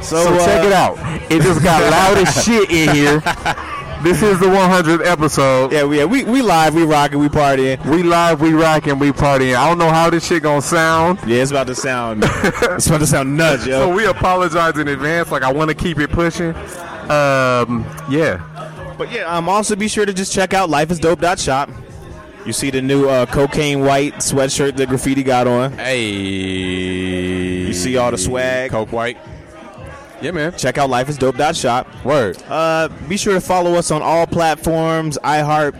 Speaker 2: So, uh,
Speaker 11: check it
Speaker 2: out.
Speaker 11: out. It just got loud as shit in here. [LAUGHS] This is the 100th episode.
Speaker 2: Yeah, we, yeah, we we live, we rocking, we partying.
Speaker 11: We live, we rockin', we partying. I don't know how this shit gonna sound,
Speaker 2: Yeah, it's about to
Speaker 11: [LAUGHS]
Speaker 2: sound, it's about to sound nuts,
Speaker 11: so
Speaker 2: yo.
Speaker 11: we apologize in advance. Like I want to keep it pushing. Um, yeah,
Speaker 2: But yeah, um, also be sure to just check out lifeisdope.shop. You see the new uh, cocaine white sweatshirt that graffiti got on.
Speaker 1: Hey. You
Speaker 2: see all the swag.
Speaker 1: Coke White. Yeah, man.
Speaker 2: Check out lifeisdope.shop.
Speaker 1: Word.
Speaker 2: Uh, be sure to follow us on all platforms, iHeart,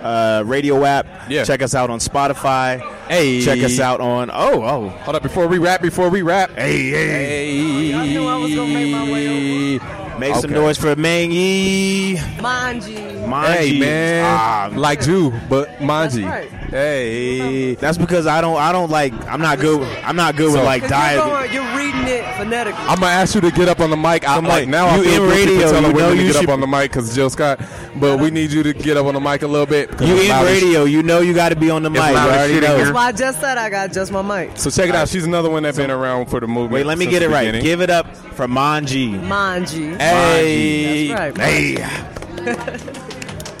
Speaker 2: uh, radio app.
Speaker 1: Yeah.
Speaker 2: Check us out on Spotify.
Speaker 1: Hey.
Speaker 2: Check us out on oh oh
Speaker 1: Hold up before we rap. Before we rap. Hey, hey. Y'all
Speaker 10: knew I was gonna make my
Speaker 1: way
Speaker 2: Make some
Speaker 1: Okay.
Speaker 2: noise for Mangy.
Speaker 10: Manji.
Speaker 1: Hey
Speaker 2: Mangy.
Speaker 1: man,
Speaker 2: Ah,
Speaker 1: like you, but Manji.
Speaker 10: That's right.
Speaker 1: Hey,
Speaker 2: That's because I don't. I don't like. I'm not good. I'm not good with
Speaker 1: So-
Speaker 2: like diet.
Speaker 10: you're reading it phonetically.
Speaker 1: I'm gonna ask you to get up on the mic. I'm
Speaker 2: Somebody-
Speaker 1: like now
Speaker 2: you
Speaker 1: I feel
Speaker 2: in
Speaker 1: guilty for
Speaker 2: radio,
Speaker 1: telling
Speaker 2: you
Speaker 1: women
Speaker 2: know
Speaker 1: to
Speaker 2: you
Speaker 1: get
Speaker 2: should-
Speaker 1: up on the mic because Jill Scott, but we need you to get up on the mic a little bit. 'cause
Speaker 2: You
Speaker 1: it's
Speaker 2: in
Speaker 1: loud as
Speaker 2: radio. You know you got to be on the mic. You
Speaker 11: loud as
Speaker 2: already
Speaker 11: shit in
Speaker 2: know.
Speaker 11: here.
Speaker 12: Well, I just said I got just my mic.
Speaker 1: So check it out. She's another one that's been around for the movement.
Speaker 2: Wait, let me
Speaker 1: since
Speaker 2: get
Speaker 1: the
Speaker 2: it right.
Speaker 1: beginning.
Speaker 2: Give it up for Manji.
Speaker 12: Manji.
Speaker 1: hey,
Speaker 12: That's right.
Speaker 2: Hey.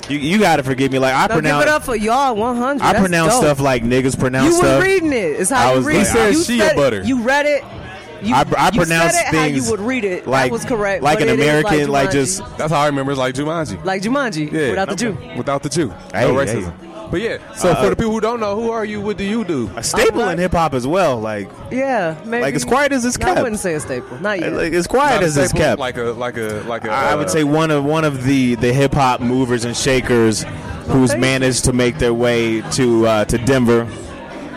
Speaker 2: you you got to forgive me. Like I
Speaker 12: Now give
Speaker 2: pronounce.
Speaker 12: it up for y'all 100.
Speaker 2: I
Speaker 12: That's
Speaker 2: pronounce
Speaker 12: dope.
Speaker 2: stuff like niggas pronounce
Speaker 12: You
Speaker 2: stuff.
Speaker 12: were reading it. It's how
Speaker 2: I
Speaker 12: you
Speaker 2: was
Speaker 12: read
Speaker 2: like,
Speaker 12: it.
Speaker 2: I-
Speaker 12: you
Speaker 1: He said she a
Speaker 12: said it.
Speaker 1: butter.
Speaker 12: You read it. You,
Speaker 2: I, pr- I
Speaker 12: you
Speaker 2: pronounce
Speaker 12: said it
Speaker 2: things
Speaker 12: how you would read it.
Speaker 2: Like,
Speaker 12: that was correct.
Speaker 2: Like
Speaker 12: but
Speaker 2: an
Speaker 12: it is
Speaker 2: American, like,
Speaker 12: Jumanji.
Speaker 2: just
Speaker 1: that's how I remember. It's like Jumanji.
Speaker 12: like Jumanji
Speaker 1: Yeah.
Speaker 12: without the Jew.
Speaker 1: Without the Jew,
Speaker 2: Hey,
Speaker 1: no
Speaker 2: hey.
Speaker 1: racism. But yeah, so
Speaker 2: Uh,
Speaker 1: for the people who don't know, who are you? What do you do?
Speaker 2: a staple in hip hop as well. Like
Speaker 12: Yeah, maybe.
Speaker 2: Like, as quiet as it's
Speaker 12: No, I
Speaker 2: kept.
Speaker 12: wouldn't say a staple. Not yet.
Speaker 2: Like, as quiet
Speaker 1: Not a
Speaker 2: as it's
Speaker 1: staple,
Speaker 2: kept.
Speaker 1: Like a like a like a.
Speaker 2: I I
Speaker 1: uh,
Speaker 2: would say one of one of the the hip hop movers and shakers who's
Speaker 12: thank
Speaker 2: managed to make their way to uh, to Denver.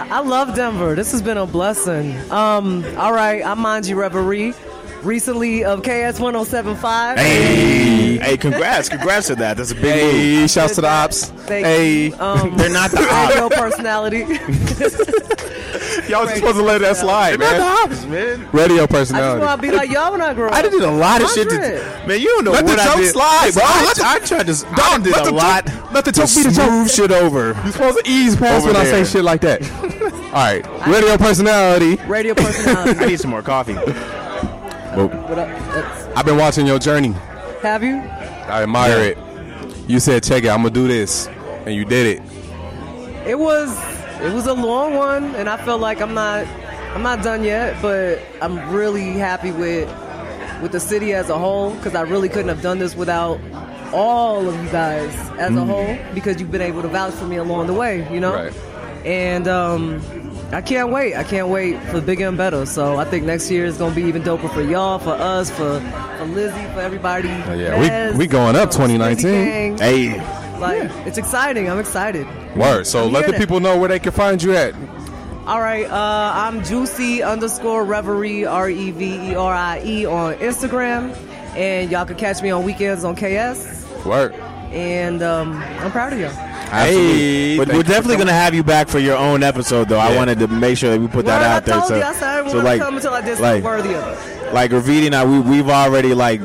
Speaker 12: I love Denver. This has been a blessing. Um, all right, I'm Manji Reverie, recently of KS 1075.
Speaker 2: Hey, hey, congrats, congrats to that. That's a big
Speaker 1: Hey,
Speaker 2: move.
Speaker 1: shouts to the ops.
Speaker 12: Thank
Speaker 2: hey,
Speaker 12: you. Um,
Speaker 2: they're not the
Speaker 1: [LAUGHS]
Speaker 12: radio
Speaker 2: ops. [LAUGHS]
Speaker 12: personality.
Speaker 1: [LAUGHS] Y'all was supposed to let that slide,
Speaker 2: They're
Speaker 1: man.
Speaker 2: not the ops, man.
Speaker 1: Radio
Speaker 12: I just
Speaker 1: personality.
Speaker 12: want to be like y'all when I grow up.
Speaker 2: I did a lot of shit. To,
Speaker 12: 100.
Speaker 2: man, you don't know
Speaker 1: Let the
Speaker 2: what I
Speaker 1: joke
Speaker 2: did.
Speaker 1: slide, bro.
Speaker 2: I,
Speaker 1: Let the-
Speaker 2: I tried to. I
Speaker 1: Don't
Speaker 2: did
Speaker 1: let
Speaker 2: a
Speaker 1: the joke-
Speaker 2: lot.
Speaker 1: let the joke
Speaker 2: to
Speaker 1: be the joke.
Speaker 2: smooth shit over.
Speaker 1: [LAUGHS] You're supposed to ease past
Speaker 2: Over
Speaker 1: when I
Speaker 2: there.
Speaker 1: say shit like [LAUGHS] that. All right, radio personality.
Speaker 12: Radio
Speaker 1: [LAUGHS]
Speaker 12: personality.
Speaker 2: I need some more coffee.
Speaker 12: what up? That's-
Speaker 1: I've been watching your journey.
Speaker 12: have you?
Speaker 1: I admire it. You said, "Check it, I'm gonna do this," and you did it.
Speaker 12: It was it was a long one, and I feel like I'm not I'm not done yet, but I'm really happy with with the city as a whole because I really couldn't have done this without all of you guys as a whole because you've been able to vouch for me along the way, you know.
Speaker 1: Mm. Right.
Speaker 12: And um, I can't wait. I can't wait for bigger and better. So I think next year is gonna be even doper for y'all, for us, for, for Lizzie, for everybody.
Speaker 1: Oh, yeah, we-
Speaker 12: Oh, Yes.
Speaker 1: we going up 2019.
Speaker 12: Lizzie gang.
Speaker 2: Hey,
Speaker 12: Like it's exciting. I'm excited.
Speaker 1: Word. So
Speaker 12: I'm
Speaker 1: let the
Speaker 12: hearing it.
Speaker 1: people know where they can find you at.
Speaker 12: All right, uh, I'm Juicy underscore Reverie R E V E R I E on Instagram, and y'all can catch me on weekends on KS.
Speaker 1: Word.
Speaker 12: And um, I'm proud of y'all.
Speaker 1: Absolutely.
Speaker 2: but
Speaker 1: Thank
Speaker 2: we're
Speaker 1: you for
Speaker 2: definitely
Speaker 1: coming.
Speaker 2: gonna have you back for your own episode, though. I
Speaker 1: Yeah.
Speaker 2: wanted to make sure that we put
Speaker 12: Word,
Speaker 2: that
Speaker 12: I
Speaker 2: out there.
Speaker 12: told
Speaker 2: so,
Speaker 12: you, I said I didn't
Speaker 2: so
Speaker 12: want
Speaker 2: like,
Speaker 12: to come until I did something
Speaker 2: like,
Speaker 12: worthy of it.
Speaker 2: like Ravidi and I, we we've already like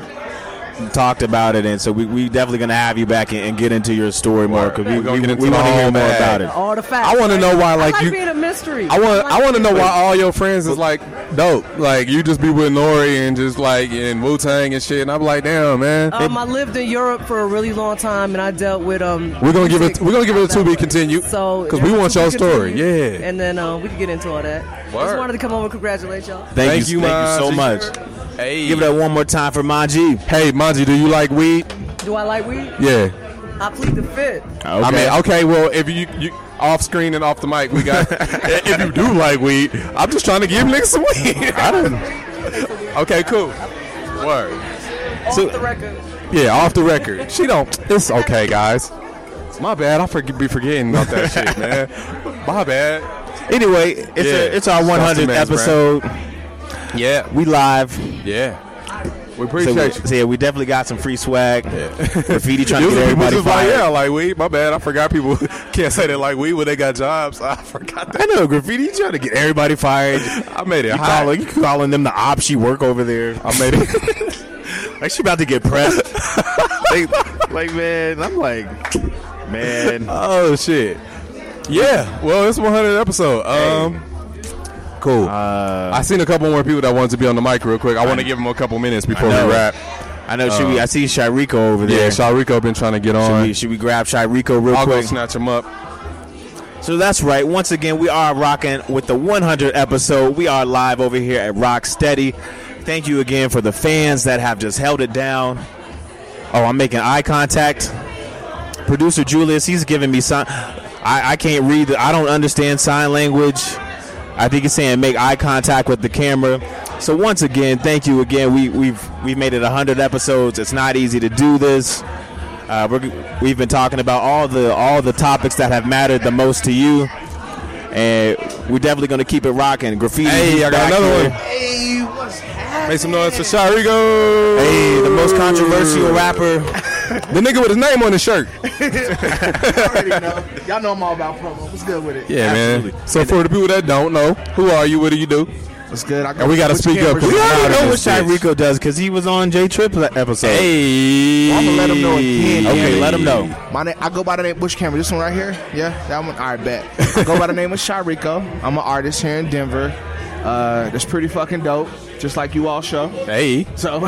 Speaker 2: talked about it, and so we we definitely gonna have you back and, and get into your story more because we
Speaker 1: We're gonna
Speaker 2: we,
Speaker 1: get into
Speaker 2: we
Speaker 1: the
Speaker 2: want to hear
Speaker 1: whole
Speaker 2: more
Speaker 1: bag.
Speaker 2: about it.
Speaker 12: All the facts.
Speaker 1: I want to
Speaker 12: Like,
Speaker 1: know why, like
Speaker 12: I like
Speaker 1: you.
Speaker 12: being a mystery.
Speaker 1: I want.
Speaker 12: like
Speaker 1: I want to
Speaker 12: being-
Speaker 1: know why all your friends is like dope. Like you just be with Nori and just like in Wu Tang and shit. And I'm like, damn, man.
Speaker 12: Um, I lived in Europe for a really long time, and I dealt with um.
Speaker 1: we're gonna give it.
Speaker 12: music
Speaker 1: We're gonna give it a
Speaker 12: out
Speaker 1: two
Speaker 12: that
Speaker 1: be
Speaker 12: way.
Speaker 1: continue.
Speaker 12: So
Speaker 1: because we want
Speaker 12: to
Speaker 1: your
Speaker 12: be
Speaker 1: story.
Speaker 12: continued.
Speaker 1: Yeah.
Speaker 12: and then uh, we can get into all that.
Speaker 1: Word.
Speaker 12: Just wanted to come over and congratulate y'all.
Speaker 2: Thank,
Speaker 1: Thank
Speaker 2: you,
Speaker 1: you,
Speaker 2: thank you so
Speaker 1: Manji.
Speaker 2: much.
Speaker 1: hey,
Speaker 2: Give it up one more time for Manji.
Speaker 1: Hey, Manji, do you like weed?
Speaker 12: Do I like weed?
Speaker 1: Yeah.
Speaker 12: I plead the fifth.
Speaker 1: I mean, okay. Well, if you, you off screen and off the mic, we
Speaker 2: [LAUGHS]
Speaker 1: got. if you do like weed, I'm just trying to give niggas some weed. I don't. Okay, cool. Word. So-
Speaker 12: Off the record.
Speaker 1: Yeah, off the record. She don't. It's okay, guys. My bad. I forget be forgetting about that
Speaker 2: [LAUGHS]
Speaker 1: shit, man. My bad.
Speaker 2: Anyway, it's
Speaker 1: Yeah.
Speaker 2: a, it's our
Speaker 1: Shout out to
Speaker 2: 100th
Speaker 1: Mans, bro.
Speaker 2: episode.
Speaker 1: Yeah,
Speaker 2: We live.
Speaker 1: yeah. We
Speaker 2: So, we,
Speaker 1: appreciate you.
Speaker 2: so yeah, we definitely got some free swag. Graffiti
Speaker 1: [LAUGHS]
Speaker 2: trying to get
Speaker 1: Usually people
Speaker 2: everybody
Speaker 1: just like,
Speaker 2: fired.
Speaker 1: yeah, like weed. My bad. I forgot people [LAUGHS] can't say that like weed when they got jobs. I forgot that.
Speaker 2: I know graffiti you trying to get everybody fired.
Speaker 1: I made it
Speaker 2: You
Speaker 1: hot.
Speaker 2: calling, you calling them the ops she work over there.
Speaker 1: I made it.
Speaker 2: [LAUGHS] Like she about to get
Speaker 1: [LAUGHS]
Speaker 2: pressed. like, like man, I'm like, man.
Speaker 1: [LAUGHS] Oh shit. Yeah. Well, it's 100 episode. Um. Cool.
Speaker 2: Uh,
Speaker 1: I seen a couple more people that wanted to be on the mic real quick. I want to give them a couple minutes before we
Speaker 2: know.
Speaker 1: wrap. Um,
Speaker 2: I know. should we? I see Shireko over
Speaker 1: Yeah,
Speaker 2: there.
Speaker 1: Sharico been trying to get
Speaker 2: should,
Speaker 1: on.
Speaker 2: we, should we grab Shireko real
Speaker 1: I'll go
Speaker 2: quick?
Speaker 1: snatch him up.
Speaker 2: So that's right. Once again, we are rocking with the 100 episode. We are live over here at Rock Steady. Thank you again for the fans that have just held it down. Oh, I'm making eye contact. Producer Julius, he's giving me sign. I, I can't read. The, I don't understand sign language. I think he's saying make eye contact with the camera. So once again, thank you again. We, we've we've made it 100 episodes. It's not easy to do this. Uh, we're, we've been talking about all the all the topics that have mattered the most to you, and we're definitely going to keep it rocking. Graffiti.
Speaker 1: Hey, I got
Speaker 2: back
Speaker 1: another
Speaker 2: here.
Speaker 1: one. Hey, [LAUGHS] what's happening? Make some noise for Sharico.
Speaker 2: Hey, the most controversial rapper.
Speaker 1: The nigga with his name on his shirt.
Speaker 11: Y'all know I'm all about promo. What's good with it?
Speaker 1: Yeah,
Speaker 2: Absolutely.
Speaker 1: man. So for the people that don't know, who are you? What do you do?
Speaker 11: What's good? I
Speaker 1: And we gotta
Speaker 11: What you
Speaker 1: speak
Speaker 11: can't
Speaker 1: up, 'cause
Speaker 2: We
Speaker 11: present-
Speaker 2: already know what
Speaker 1: Anonymous bitch.
Speaker 2: Tyrico does because he was on J Trip episode.
Speaker 1: Hey,
Speaker 11: I'ma let him know again,
Speaker 2: Okay,
Speaker 11: damn
Speaker 2: let
Speaker 11: it.
Speaker 2: him know.
Speaker 11: My name, I go by the name Bush Camera. This one right here, yeah, that one. All right, bet. I go by the name of Sharico. I'm an artist here in Denver. Uh, that's pretty fucking dope. Just like you all show.
Speaker 1: Hey,
Speaker 11: So, [LAUGHS]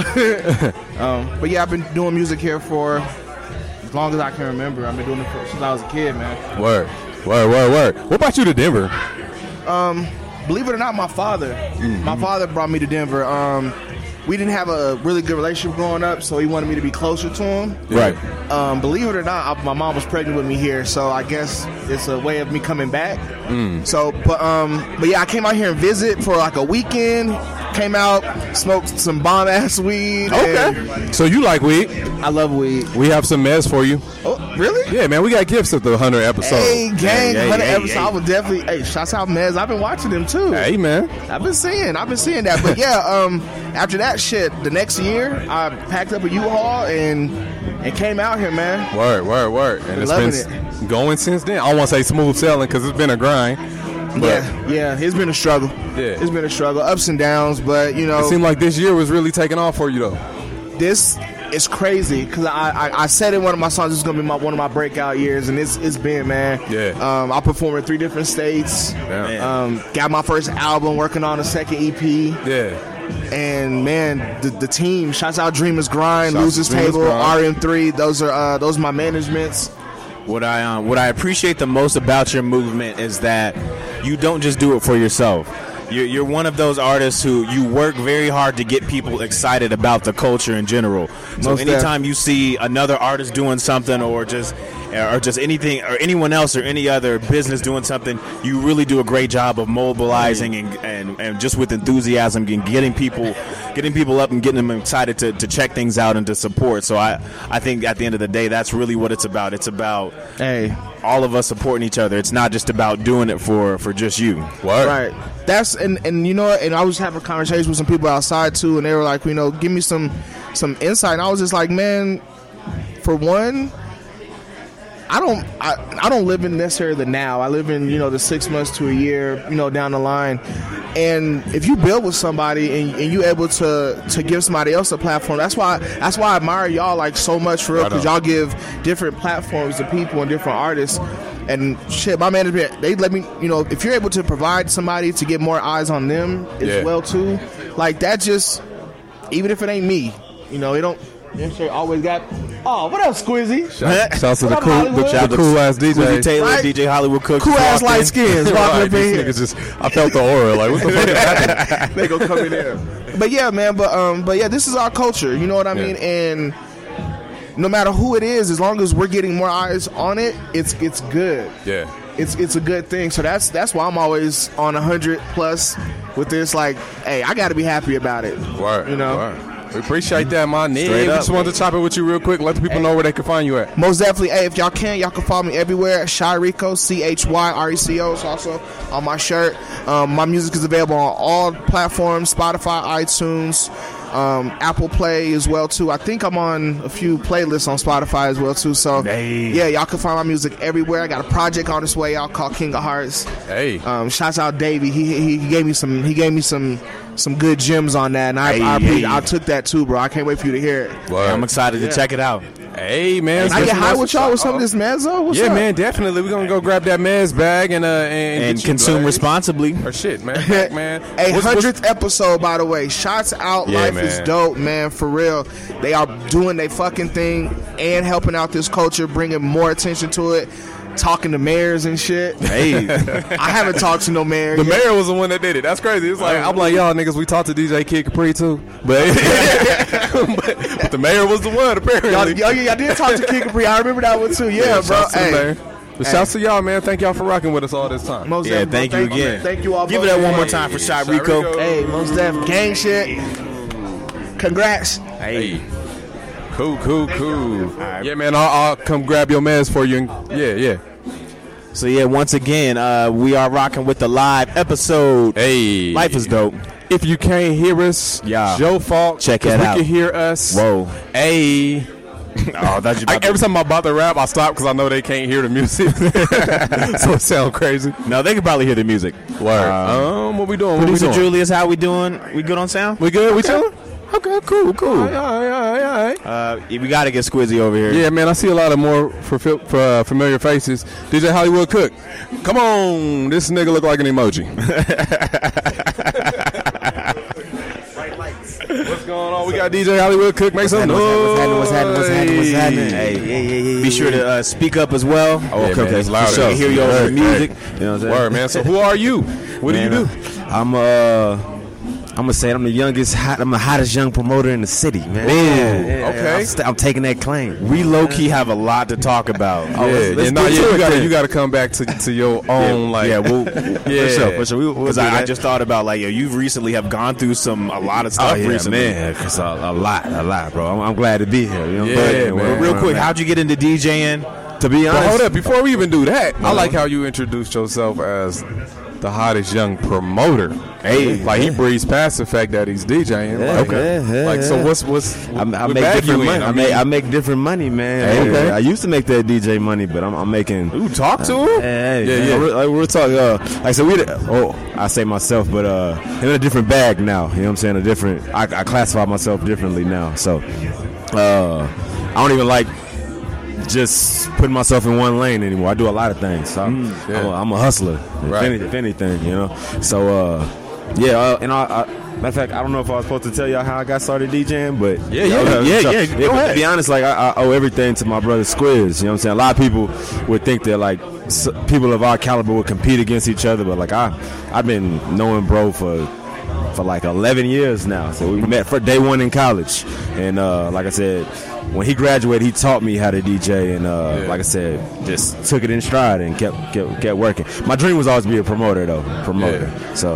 Speaker 11: um, but yeah, I've been doing music here for as long as I can remember. I've been doing it for, since I was a kid, man.
Speaker 1: word, word, word, word. What brought you to Denver?
Speaker 11: Um, believe it or not, my father, my father brought me to Denver. Um, we didn't have a really good relationship growing up, so he wanted me to be closer to him.
Speaker 2: Right.
Speaker 11: Um, believe it or not, I, my mom was pregnant with me here, so I guess it's a way of me coming back.
Speaker 1: Mm.
Speaker 11: So, but um, but yeah, I came out here and visit for like a weekend. Came out, smoked some bomb ass weed. and-
Speaker 1: Oh. So you like weed?
Speaker 11: I love weed.
Speaker 1: We have some meds for you.
Speaker 11: oh, really?
Speaker 1: Yeah, man, we got gifts at the 100 episode.
Speaker 11: Hey, gang,
Speaker 1: Hey, hey,
Speaker 11: 100
Speaker 1: hey,
Speaker 11: episodes. I would definitely. Hey, shouts out Mez. I've been watching them too.
Speaker 1: Hey, man.
Speaker 11: I've been seeing, I've been seeing that. But yeah, um, after that shit, the next year, I packed up a U-Haul and and came out here, man.
Speaker 1: Word, word, word. And it's
Speaker 11: Loving
Speaker 1: been s- going since then. I don't want to say smooth sailing because it's been a grind. But
Speaker 11: yeah, yeah, it's been a struggle.
Speaker 1: Yeah.
Speaker 11: it's been a struggle, ups and downs. But you
Speaker 1: it
Speaker 11: know,
Speaker 1: seemed like this year was really taking off for you, though.
Speaker 11: this is crazy because I, I I said in one of my songs it's gonna be my one of my breakout years, and it's it's been man.
Speaker 1: Yeah.
Speaker 11: um, I performed in three different states.
Speaker 1: Damn.
Speaker 11: Um, got my first album, working on a second EP.
Speaker 1: Yeah.
Speaker 11: and man, the, the team. Shouts out Dreamers Grind,
Speaker 1: Shouts
Speaker 11: Losers
Speaker 1: to Dreamers
Speaker 11: Table,
Speaker 1: Grind.
Speaker 11: RM3. Those are uh, those are my managements.
Speaker 2: What I um, what I appreciate the most about your movement is that you don't just do it for yourself. You're, you're one of those artists who you work very hard to get people excited about the culture in general. So
Speaker 11: Most def.
Speaker 2: anytime you see another artist doing something, or just or just anything, or anyone else, or any other business doing something, you really do a great job of mobilizing and, and, and just with enthusiasm and getting people getting people up and getting them excited to, to check things out and to support. So I I think at the end of the day, that's really what it's about. It's about
Speaker 11: Hey,
Speaker 2: all of us supporting each other. It's not just about doing it for for just you.
Speaker 1: Word.
Speaker 11: right. That's and and you know, what, and I was having a conversation with some people outside too, and they were like, you know, give me some some insight. And I was just like, man, for one. I don't I, I don't live in necessarily the now. I live in, you know, the six months to a year, you know, down the line. And if you build with somebody and, and you able to to give somebody else a platform, that's why that's why I admire y'all like so much for real,
Speaker 1: Right
Speaker 11: because
Speaker 1: on.
Speaker 11: y'all give different platforms to people and different artists. And shit, my management they let me you know, if you're able to provide somebody to get more eyes on them as
Speaker 1: Yeah.
Speaker 11: well too, like that just even if it ain't me, you know, it don't it sure always got Oh, what up, Squizzy?
Speaker 1: Shout, shouts to the
Speaker 11: What up,
Speaker 1: cool,
Speaker 11: Hollywood?
Speaker 1: the, the cool ass
Speaker 2: Quincy
Speaker 1: DJ.
Speaker 2: Taylor,
Speaker 11: Right?
Speaker 2: DJ Hollywood Cook,
Speaker 11: Cool ass
Speaker 2: walked in.
Speaker 11: light skins [LAUGHS] walking
Speaker 1: Right,
Speaker 11: up in
Speaker 1: these
Speaker 11: here.
Speaker 1: niggas just, I felt the aura. Like, what the fuck is happening?
Speaker 11: [LAUGHS] they gonna come in there. But yeah, man. But um, but yeah, this is our culture. You know what I
Speaker 1: Yeah.
Speaker 11: mean? And no matter who it is, as long as we're getting more eyes on it, it's it's good.
Speaker 1: Yeah.
Speaker 11: It's it's a good thing. So that's that's why I'm always on hundred plus with this. Like, hey, I got to be happy about it.
Speaker 1: Word.
Speaker 11: You know.
Speaker 1: word. We appreciate that, my nigga.
Speaker 2: Straight
Speaker 1: We
Speaker 2: up.
Speaker 1: just wanted to chop it with you real quick. Let the people know where they can find you at.
Speaker 11: Most definitely, hey, if y'all can, y'all can follow me everywhere. Shy Rico, C H Y R E C O. It's also on my shirt. Um, my music is available on all platforms: Spotify, iTunes, um, Apple Play as well too. I think I'm on a few playlists on Spotify as well too. So
Speaker 2: Hey.
Speaker 11: yeah, y'all can find my music everywhere. I got a project on its way. Y'all called King of Hearts.
Speaker 1: Hey.
Speaker 11: Um, shouts out Davey. He, he he gave me some he gave me some some good gems on that, and I I,
Speaker 2: Hey.
Speaker 11: appre- I took that too, bro. I can't wait for you to hear it.
Speaker 1: Word.
Speaker 2: I'm excited to check it out.
Speaker 1: Hey, man.
Speaker 11: Can I get
Speaker 1: Listen,
Speaker 11: high
Speaker 1: that's-
Speaker 11: with y'all with some of this mezzo. What's
Speaker 1: yeah,
Speaker 11: up?
Speaker 1: man, definitely. We're gonna go grab that man's bag and uh and,
Speaker 2: And
Speaker 1: get you
Speaker 2: consume
Speaker 1: blazed.
Speaker 2: responsibly.
Speaker 1: Or shit, man, Fuck, man.
Speaker 11: A
Speaker 1: What's- what's-
Speaker 11: hundredth episode, by the way. Shots out,
Speaker 1: Yeah,
Speaker 11: life is
Speaker 1: man.
Speaker 11: dope, man. For real, they are doing their fucking thing and helping out this culture, bringing more attention to it. Talking to mayors and shit.
Speaker 2: Hey,
Speaker 11: [LAUGHS] I haven't talked to no mayor.
Speaker 1: The
Speaker 11: yet.
Speaker 1: mayor was the one that did it. That's crazy. It's like I'm like y'all niggas. We talked to DJ Kid Capri too, [LAUGHS] but, but, but the mayor was the one apparently.
Speaker 11: Y'all, y'all, y'all did talk to Kid Capri. I remember that one too. Yeah, bro.
Speaker 1: Shouts to the
Speaker 11: Hey,
Speaker 1: mayor. But shouts to y'all, man. Thank y'all for rocking with us all this time.
Speaker 11: most
Speaker 2: yeah,
Speaker 11: def, bro.
Speaker 2: thank you again.
Speaker 11: Thank you all.
Speaker 2: Give it
Speaker 11: both.
Speaker 2: up one more time for Oh, Shot Rico.
Speaker 11: Hey, most def, gang shit. Congrats.
Speaker 1: Hey. Cool, cool, cool. Yeah, man, I'll, I'll come grab your mans for you. And, yeah, yeah.
Speaker 2: So yeah, once again, uh, we are rocking with the live episode.
Speaker 1: Hey.
Speaker 2: Life is dope.
Speaker 1: If you can't hear us,
Speaker 2: Yeah.
Speaker 1: Joe [LAUGHS] fault.
Speaker 2: Check
Speaker 1: 'cause
Speaker 2: that
Speaker 1: we
Speaker 2: out.
Speaker 1: can hear us.
Speaker 2: Whoa.
Speaker 1: Hey.
Speaker 2: [LAUGHS] Oh, that's
Speaker 1: I, every time I'm about to rap, I stop because I know they can't hear the
Speaker 2: [LAUGHS]
Speaker 1: music. so it sounds crazy.
Speaker 2: No, they can probably hear the music.
Speaker 1: Word.
Speaker 2: Um,
Speaker 1: [LAUGHS] Um, what we doing? What we
Speaker 2: Producer
Speaker 1: doing?
Speaker 2: Julius, how we doing? We good on sound?
Speaker 1: We good? We chilling? Okay, cool, cool.
Speaker 2: Uh, we got to get Squizzy over here.
Speaker 1: Yeah, man, I see a lot of more for, for uh, familiar faces. DJ Hollywood Cook, come on, this [LAUGHS] nigga look like an emoji. What's going on? We got DJ Hollywood Cook. Make some noise.
Speaker 4: Hey, be sure to uh, speak up as well.
Speaker 1: Oh, okay, okay,
Speaker 4: It's
Speaker 1: loud
Speaker 4: So
Speaker 1: as
Speaker 4: hear
Speaker 1: hell.
Speaker 4: your
Speaker 1: Word,
Speaker 4: music.
Speaker 1: hey.
Speaker 4: You know what I'm saying?
Speaker 1: Word, man.
Speaker 4: [LAUGHS]
Speaker 1: So who are you? What
Speaker 4: Man,
Speaker 1: do you do?
Speaker 4: uh, I'm uh. I'm gonna say it, I'm the youngest, hot, I'm the hottest young promoter in the city, man. Yeah,
Speaker 1: okay.
Speaker 4: I'm, st- I'm taking that claim.
Speaker 2: We
Speaker 4: low key have a lot to talk about.
Speaker 1: Oh, yeah, yeah, nah, yeah, you gotta you gotta come back to, to your own like
Speaker 4: [LAUGHS]
Speaker 1: [LAUGHS]
Speaker 4: yeah, we'll,
Speaker 1: Yeah.
Speaker 4: for sure, for sure. We, we'll
Speaker 1: Because
Speaker 4: do
Speaker 1: I- I
Speaker 4: that.
Speaker 1: just
Speaker 4: thought about like, yo, you recently have gone through some a lot of
Speaker 1: stuff
Speaker 4: oh, yeah,
Speaker 1: recently.
Speaker 4: man. 'cause a, a lot, a lot, bro. I'm, I'm glad to be here. You know,
Speaker 1: Yeah,
Speaker 4: but,
Speaker 1: man.
Speaker 4: but real quick, how'd you get into DJing? To be
Speaker 1: But
Speaker 4: honest,
Speaker 1: hold up, before we even do that, I like how you introduced yourself as the hottest young promoter.
Speaker 4: Hey,
Speaker 1: like he breezes past the fact that he's DJing.
Speaker 4: Yeah,
Speaker 1: like,
Speaker 4: yeah, yeah,
Speaker 1: like so
Speaker 4: yeah.
Speaker 1: what's what's
Speaker 4: I, I
Speaker 1: what
Speaker 4: make
Speaker 1: bag you
Speaker 4: different
Speaker 1: in?
Speaker 4: money. I,
Speaker 1: mean,
Speaker 4: make I make different money, man.
Speaker 1: Hey,
Speaker 4: Hey,
Speaker 1: okay.
Speaker 4: I used to make that DJ money, but I'm, I'm making. Uh,
Speaker 1: Ooh, talk to him.
Speaker 4: Hey,
Speaker 1: Yeah,
Speaker 4: yeah,
Speaker 1: yeah.
Speaker 4: yeah. We're, like, we're talking. Uh, like I said, we. Oh, I say myself, but uh, in a different bag now. You know what I'm saying? A different. I, I classify myself differently now. So, uh, I don't even like just putting myself in one lane anymore. I do a lot of things. So I'm,
Speaker 1: Mm, yeah.
Speaker 4: I'm, a, I'm a hustler. If,
Speaker 1: Right.
Speaker 4: any- if anything, you know. So, uh, yeah. Uh, and I, I, matter of fact, I don't know if I was supposed to tell y'all how I got started DJing, but
Speaker 1: Yeah, yeah,
Speaker 4: Okay,
Speaker 1: yeah,
Speaker 4: so-
Speaker 1: yeah, go
Speaker 4: but
Speaker 1: ahead.
Speaker 4: To be honest, like I, I owe everything to my brother Squiz. You know what I'm saying? A lot of people would think that like s- people of our caliber would compete against each other, but like I, I've been knowing bro for for like 11 years now. So we met for day one in college, and uh, like I said, when he graduated, he taught me how to DJ, and uh,
Speaker 1: Yeah.
Speaker 4: like I said, just took it in stride and kept kept, kept working. My dream was always to be a promoter though, promoter. So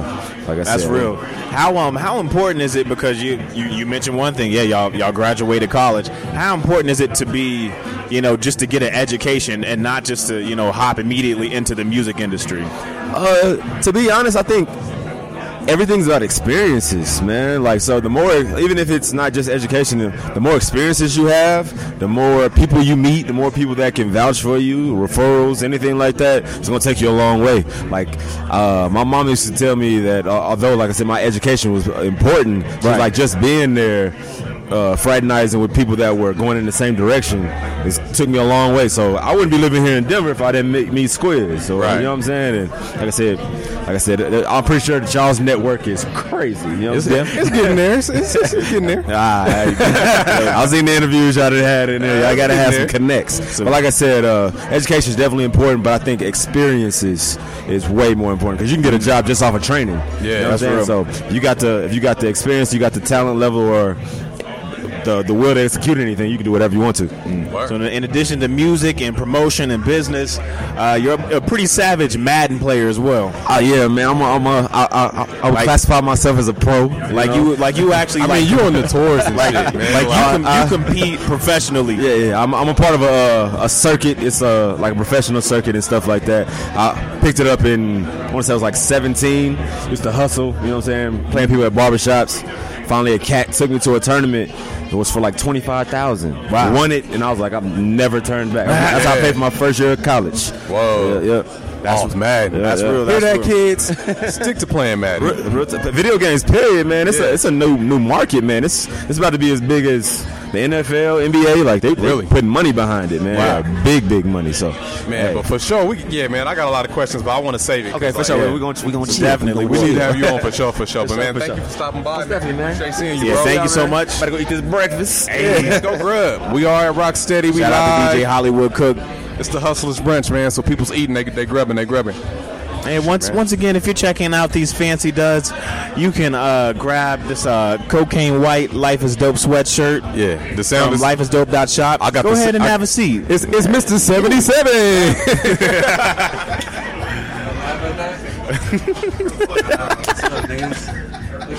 Speaker 4: like I
Speaker 2: That's
Speaker 4: said,
Speaker 2: real.
Speaker 4: How um how important is it because you, you you mentioned one thing yeah y'all y'all graduated college how important is it to be you know just to get an education and not just to you know hop immediately into the music industry uh to be honest I think everything's about experiences, man. Like so, the more even if it's not just education, the more experiences you have, the more people you meet, the more people that can vouch for you, referrals, anything like that. It's gonna take you a long way. Like uh, my mom used to tell me that uh, although, like I said, my education was important, she was like just being there uh, fraternizing with people that were going in the same direction. It took me a long way. So I wouldn't be living here in Denver if I didn't meet, meet Squiz. So
Speaker 1: Right.
Speaker 4: you know what I'm saying. And like I said, like I said, uh, I'm pretty sure that y'all's network is crazy. You know what I'm saying? [LAUGHS]
Speaker 1: it's getting there. It's, it's, it's getting there.
Speaker 4: Ah,
Speaker 1: [LAUGHS]
Speaker 4: I, I was in the interviews y'all done had in there. Y'all gotta have some connects. But like I said, uh, education is definitely important. But I think experiences is way more important because you can get a job just off of training.
Speaker 1: Yeah,
Speaker 4: you know
Speaker 1: that's
Speaker 4: what I'm saying? So you got the if you got the experience, you got the talent level, or the the will to execute anything. You can do whatever you want to.
Speaker 1: Word.
Speaker 2: So in- in addition to music and promotion and business, uh, you're a pretty savage Madden player as well.
Speaker 4: Oh yeah, man. I'm a, I'm a, I, I, I, I would classify myself as a pro.
Speaker 2: Like you, like you actually.
Speaker 1: I
Speaker 2: like,
Speaker 1: mean, you on the tours and shit, man.
Speaker 2: like
Speaker 1: Like,
Speaker 2: you, com-
Speaker 4: I-
Speaker 2: you compete professionally.
Speaker 4: Yeah, yeah. I'm, I'm a part of a, a circuit. It's a like a professional circuit and stuff like that. I picked it up in I want to say I was like 17. Used to hustle. You know what I'm saying? Playing people at barbershops. Finally, a cat took me to a tournament. It was for like twenty five thousand. Wow. Won it, and I was like, I've never
Speaker 2: [LAUGHS]
Speaker 4: turned back. That's how I paid for my first year of college.
Speaker 1: Whoa.
Speaker 4: Yeah. yeah.
Speaker 1: that's what's mad.
Speaker 4: Yeah,
Speaker 1: that's
Speaker 4: yeah.
Speaker 1: real.
Speaker 4: Hear
Speaker 2: [LAUGHS]
Speaker 4: that,
Speaker 1: kids. Stick to playing Madden.
Speaker 4: Real- real t- Video games, period, man. It's
Speaker 1: Yeah.
Speaker 4: a it's a new new market, man. It's it's about to be as big as the NFL, NBA. Like they they
Speaker 1: Really?
Speaker 4: putting money behind it, man.
Speaker 1: Wow.
Speaker 4: Yeah, big big money. So
Speaker 1: Man,
Speaker 4: hey.
Speaker 1: but for sure, we yeah, man. I got a lot of questions, but I want to save it. 'cause, like, yeah,
Speaker 4: gonna we gonna
Speaker 2: Definitely.
Speaker 1: we need to have you on for sure, for sure. But man,
Speaker 4: for
Speaker 1: thank
Speaker 4: sure.
Speaker 1: you for stopping by. man.
Speaker 4: definitely, man.
Speaker 1: Appreciate seeing you,
Speaker 4: Yeah,
Speaker 1: bro.
Speaker 4: thank you so
Speaker 1: man.
Speaker 4: much. Better go eat this breakfast.
Speaker 1: Hey, let's [LAUGHS] go grub. We are at Rocksteady. We
Speaker 4: Shout out to
Speaker 1: live.
Speaker 4: DJ Hollywood Cook.
Speaker 1: It's the Hustlers Brunch, man. So people's eating, they they grubbing, they grubbing.
Speaker 2: And once once again, if you're checking out these fancy duds, you can uh, grab this uh, cocaine white Life is Dope sweatshirt.
Speaker 1: Yeah, the sound
Speaker 2: From
Speaker 1: is.
Speaker 2: Life is Dope dot shop.
Speaker 1: I got
Speaker 2: Go
Speaker 1: this-
Speaker 2: ahead and
Speaker 1: I-
Speaker 2: have a seat.
Speaker 1: It's, it's Mr. 77. [LAUGHS]
Speaker 13: [LAUGHS]
Speaker 4: [LAUGHS]
Speaker 14: What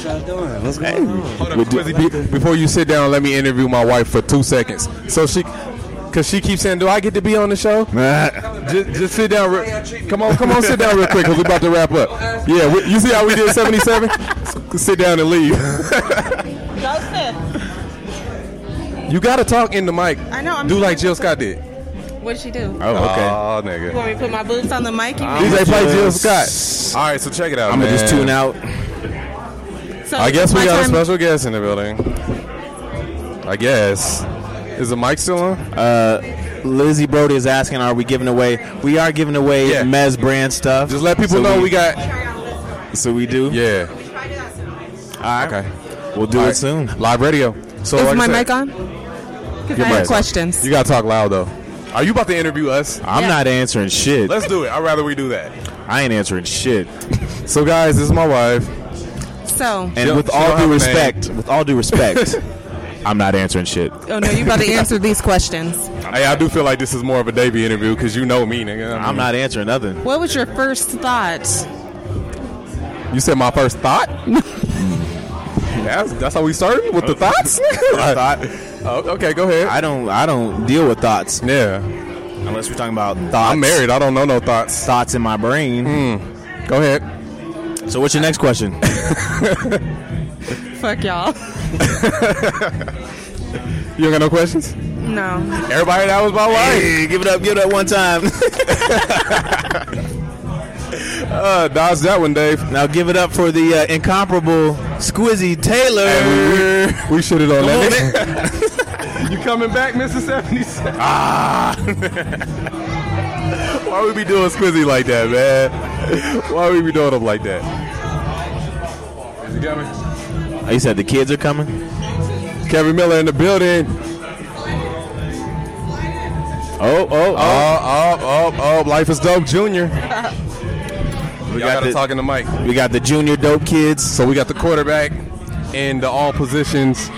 Speaker 14: y'all doing? What's going on?
Speaker 1: Hold up, Quizzy, be- before you sit down, let me interview my wife for two seconds. So she, because she keeps saying, Do I get to be on the show? just, just sit down. Re- come on, come on, sit down real quick because we're about to wrap up. Yeah, we, you see how we did 77? [LAUGHS] sit down and leave. [LAUGHS]
Speaker 13: Joseph,
Speaker 1: You got to talk in the mic.
Speaker 13: I know, I'm
Speaker 1: Do
Speaker 13: just-
Speaker 1: like Jill Scott did.
Speaker 13: what'd she do?
Speaker 1: Oh, okay. Oh, nigga.
Speaker 13: You want me to put my boots on the mic? You
Speaker 1: DJ play Jill Scott. All right, so check it out.
Speaker 4: I'm gonna just tune out.
Speaker 13: So
Speaker 1: I guess we
Speaker 13: my
Speaker 1: got a
Speaker 13: time-
Speaker 1: special guest in the building. I guess. Is the mic still on?
Speaker 2: Uh, Lizzie Brody is asking, are we giving away? We are giving away
Speaker 1: Yeah.
Speaker 2: Mez brand stuff.
Speaker 1: Just let people
Speaker 2: So
Speaker 1: know
Speaker 2: we-
Speaker 1: we got.
Speaker 2: So we do.
Speaker 1: Yeah.
Speaker 2: All right.
Speaker 1: Okay.
Speaker 2: We'll do
Speaker 1: All
Speaker 2: it
Speaker 1: right.
Speaker 2: soon.
Speaker 1: Live radio. So
Speaker 13: Is
Speaker 1: like I
Speaker 13: my
Speaker 1: said-
Speaker 13: mic on? Because I
Speaker 1: Your
Speaker 13: have
Speaker 1: mic.
Speaker 13: questions.
Speaker 1: You gotta talk loud though. Are you about to interview us?
Speaker 2: I'm
Speaker 13: Yeah.
Speaker 2: not answering shit.
Speaker 1: Let's do it. I'd rather we do that.
Speaker 2: I ain't answering shit.
Speaker 1: [LAUGHS] so guys, this is my wife.
Speaker 13: So.
Speaker 2: And with all due respect, with all due
Speaker 1: [LAUGHS]
Speaker 2: respect, [LAUGHS] I'm not answering shit.
Speaker 13: Oh no, you about to answer these questions.
Speaker 1: Hey, I do feel like this is more of a Davey interview because you know me, nigga. I
Speaker 2: I'm not answering nothing.
Speaker 13: What was your first thought?
Speaker 1: You said my first
Speaker 2: [LAUGHS]
Speaker 1: thought. that's, that's how we started with the thoughts.
Speaker 2: [LAUGHS]
Speaker 1: [LAUGHS] Oh,
Speaker 2: thought.
Speaker 1: okay, go ahead.
Speaker 2: I don't. I don't deal with thoughts.
Speaker 1: Yeah.
Speaker 2: Unless we're talking about thoughts.
Speaker 1: I'm married. I don't know no thoughts.
Speaker 2: Thoughts in my brain.
Speaker 1: Hmm. Go ahead.
Speaker 2: So what's your next
Speaker 1: [LAUGHS]
Speaker 2: question?
Speaker 13: Fuck y'all. [LAUGHS]
Speaker 1: [LAUGHS] You don't got no questions?
Speaker 13: No.
Speaker 1: Everybody, that was my wife.
Speaker 2: Hey, give it up. Give it up one time.
Speaker 1: [LAUGHS] uh, dodge that one, Dave.
Speaker 2: Now give it up for the uh, incomparable Squizzy Taylor.
Speaker 1: we, should have done
Speaker 2: that.
Speaker 1: [LAUGHS] You coming back, Mr. 77? Ah. [LAUGHS] Why we be doing Squizzy like that, man? Why we be doing them like that? Is he coming?
Speaker 2: Oh, You said the kids are coming.
Speaker 1: Kevin Miller in the building.
Speaker 2: Oh, oh,
Speaker 1: Oh, oh, oh, oh. Life is Dope Jr. We
Speaker 2: got
Speaker 1: got to
Speaker 2: the-
Speaker 1: talking to Mike.
Speaker 2: We got the junior dope kids.
Speaker 1: So we got the quarterback in the all
Speaker 2: [LAUGHS]
Speaker 1: positions.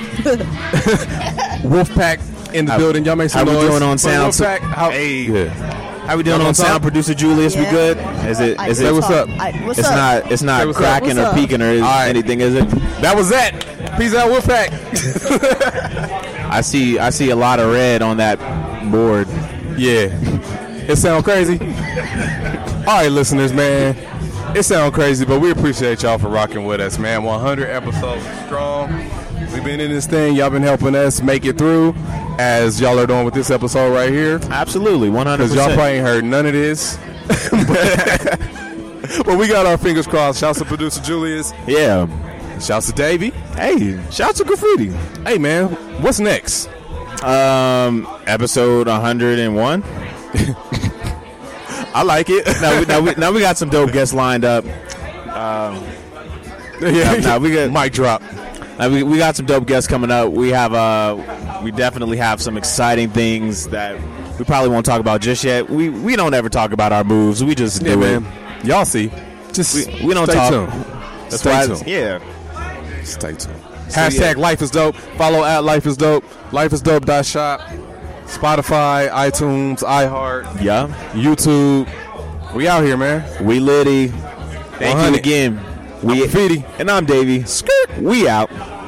Speaker 1: Wolfpack in the
Speaker 2: How-
Speaker 1: building. Y'all make some
Speaker 2: how we
Speaker 1: noise.
Speaker 2: doing on
Speaker 1: For
Speaker 2: sound?
Speaker 1: Wolfpack, how,
Speaker 2: Hey, how we
Speaker 1: Y'all
Speaker 2: doing
Speaker 1: on
Speaker 2: on sound?
Speaker 1: top?
Speaker 2: Producer Julius,
Speaker 15: Yeah.
Speaker 2: we good? Is it?
Speaker 15: I
Speaker 2: Is
Speaker 15: can
Speaker 2: it?
Speaker 1: what's
Speaker 15: talk.
Speaker 1: up?
Speaker 15: I, what's
Speaker 2: It's
Speaker 15: up?
Speaker 2: not. It's
Speaker 1: Say
Speaker 2: not
Speaker 1: what's up.
Speaker 2: cracking
Speaker 15: What's
Speaker 2: or
Speaker 15: up?
Speaker 2: peeking or is-
Speaker 1: All right.
Speaker 2: anything, is it?
Speaker 1: That was that. Peace out, Wolfpack.
Speaker 2: [LAUGHS] I see. I see a lot of red on that board.
Speaker 1: Yeah. It sound crazy. All right, listeners, man. It sound crazy, but we appreciate y'all for rocking with us, man. 100 episodes strong. We've been in this thing. Y'all been helping us make it through, as y'all are doing with this episode right here.
Speaker 2: Absolutely, one hundred
Speaker 1: Because y'all
Speaker 2: percent.
Speaker 1: probably ain't heard none of this. [LAUGHS] but, but we got our fingers crossed. Shouts to producer Julius.
Speaker 2: Yeah.
Speaker 1: Shouts to Davey.
Speaker 2: Hey, shout out to graffiti.
Speaker 1: Hey, man, what's next?
Speaker 2: Um, episode one hundred and one.
Speaker 1: [LAUGHS] I like it.
Speaker 2: now, we, now, we, now we got some dope guests lined up. [LAUGHS] Um,
Speaker 1: yeah,
Speaker 2: nah, we got
Speaker 1: mic drop.
Speaker 2: Now, we, we got some dope guests coming up. We have uh, we definitely have some exciting things that we probably won't talk about just yet. We we don't ever talk about our moves. We just
Speaker 1: Yeah,
Speaker 2: do
Speaker 1: man.
Speaker 2: it.
Speaker 1: Y'all see. Just
Speaker 2: We, we don't
Speaker 1: stay
Speaker 2: talk.
Speaker 1: tuned.
Speaker 2: That's
Speaker 1: Stay
Speaker 2: why-
Speaker 1: tuned.
Speaker 2: Yeah.
Speaker 1: Stay tuned.
Speaker 2: So,
Speaker 1: Hashtag
Speaker 2: yeah.
Speaker 1: life is dope. Follow at life is dope. Life is dope. dot Shop. Spotify, iTunes, iHeart,
Speaker 2: Yeah.
Speaker 1: YouTube. We out here, man.
Speaker 2: We litty. Thank
Speaker 1: 100.
Speaker 2: you again. We
Speaker 1: Graffiti.
Speaker 2: and I'm Davey. Skirt. We out.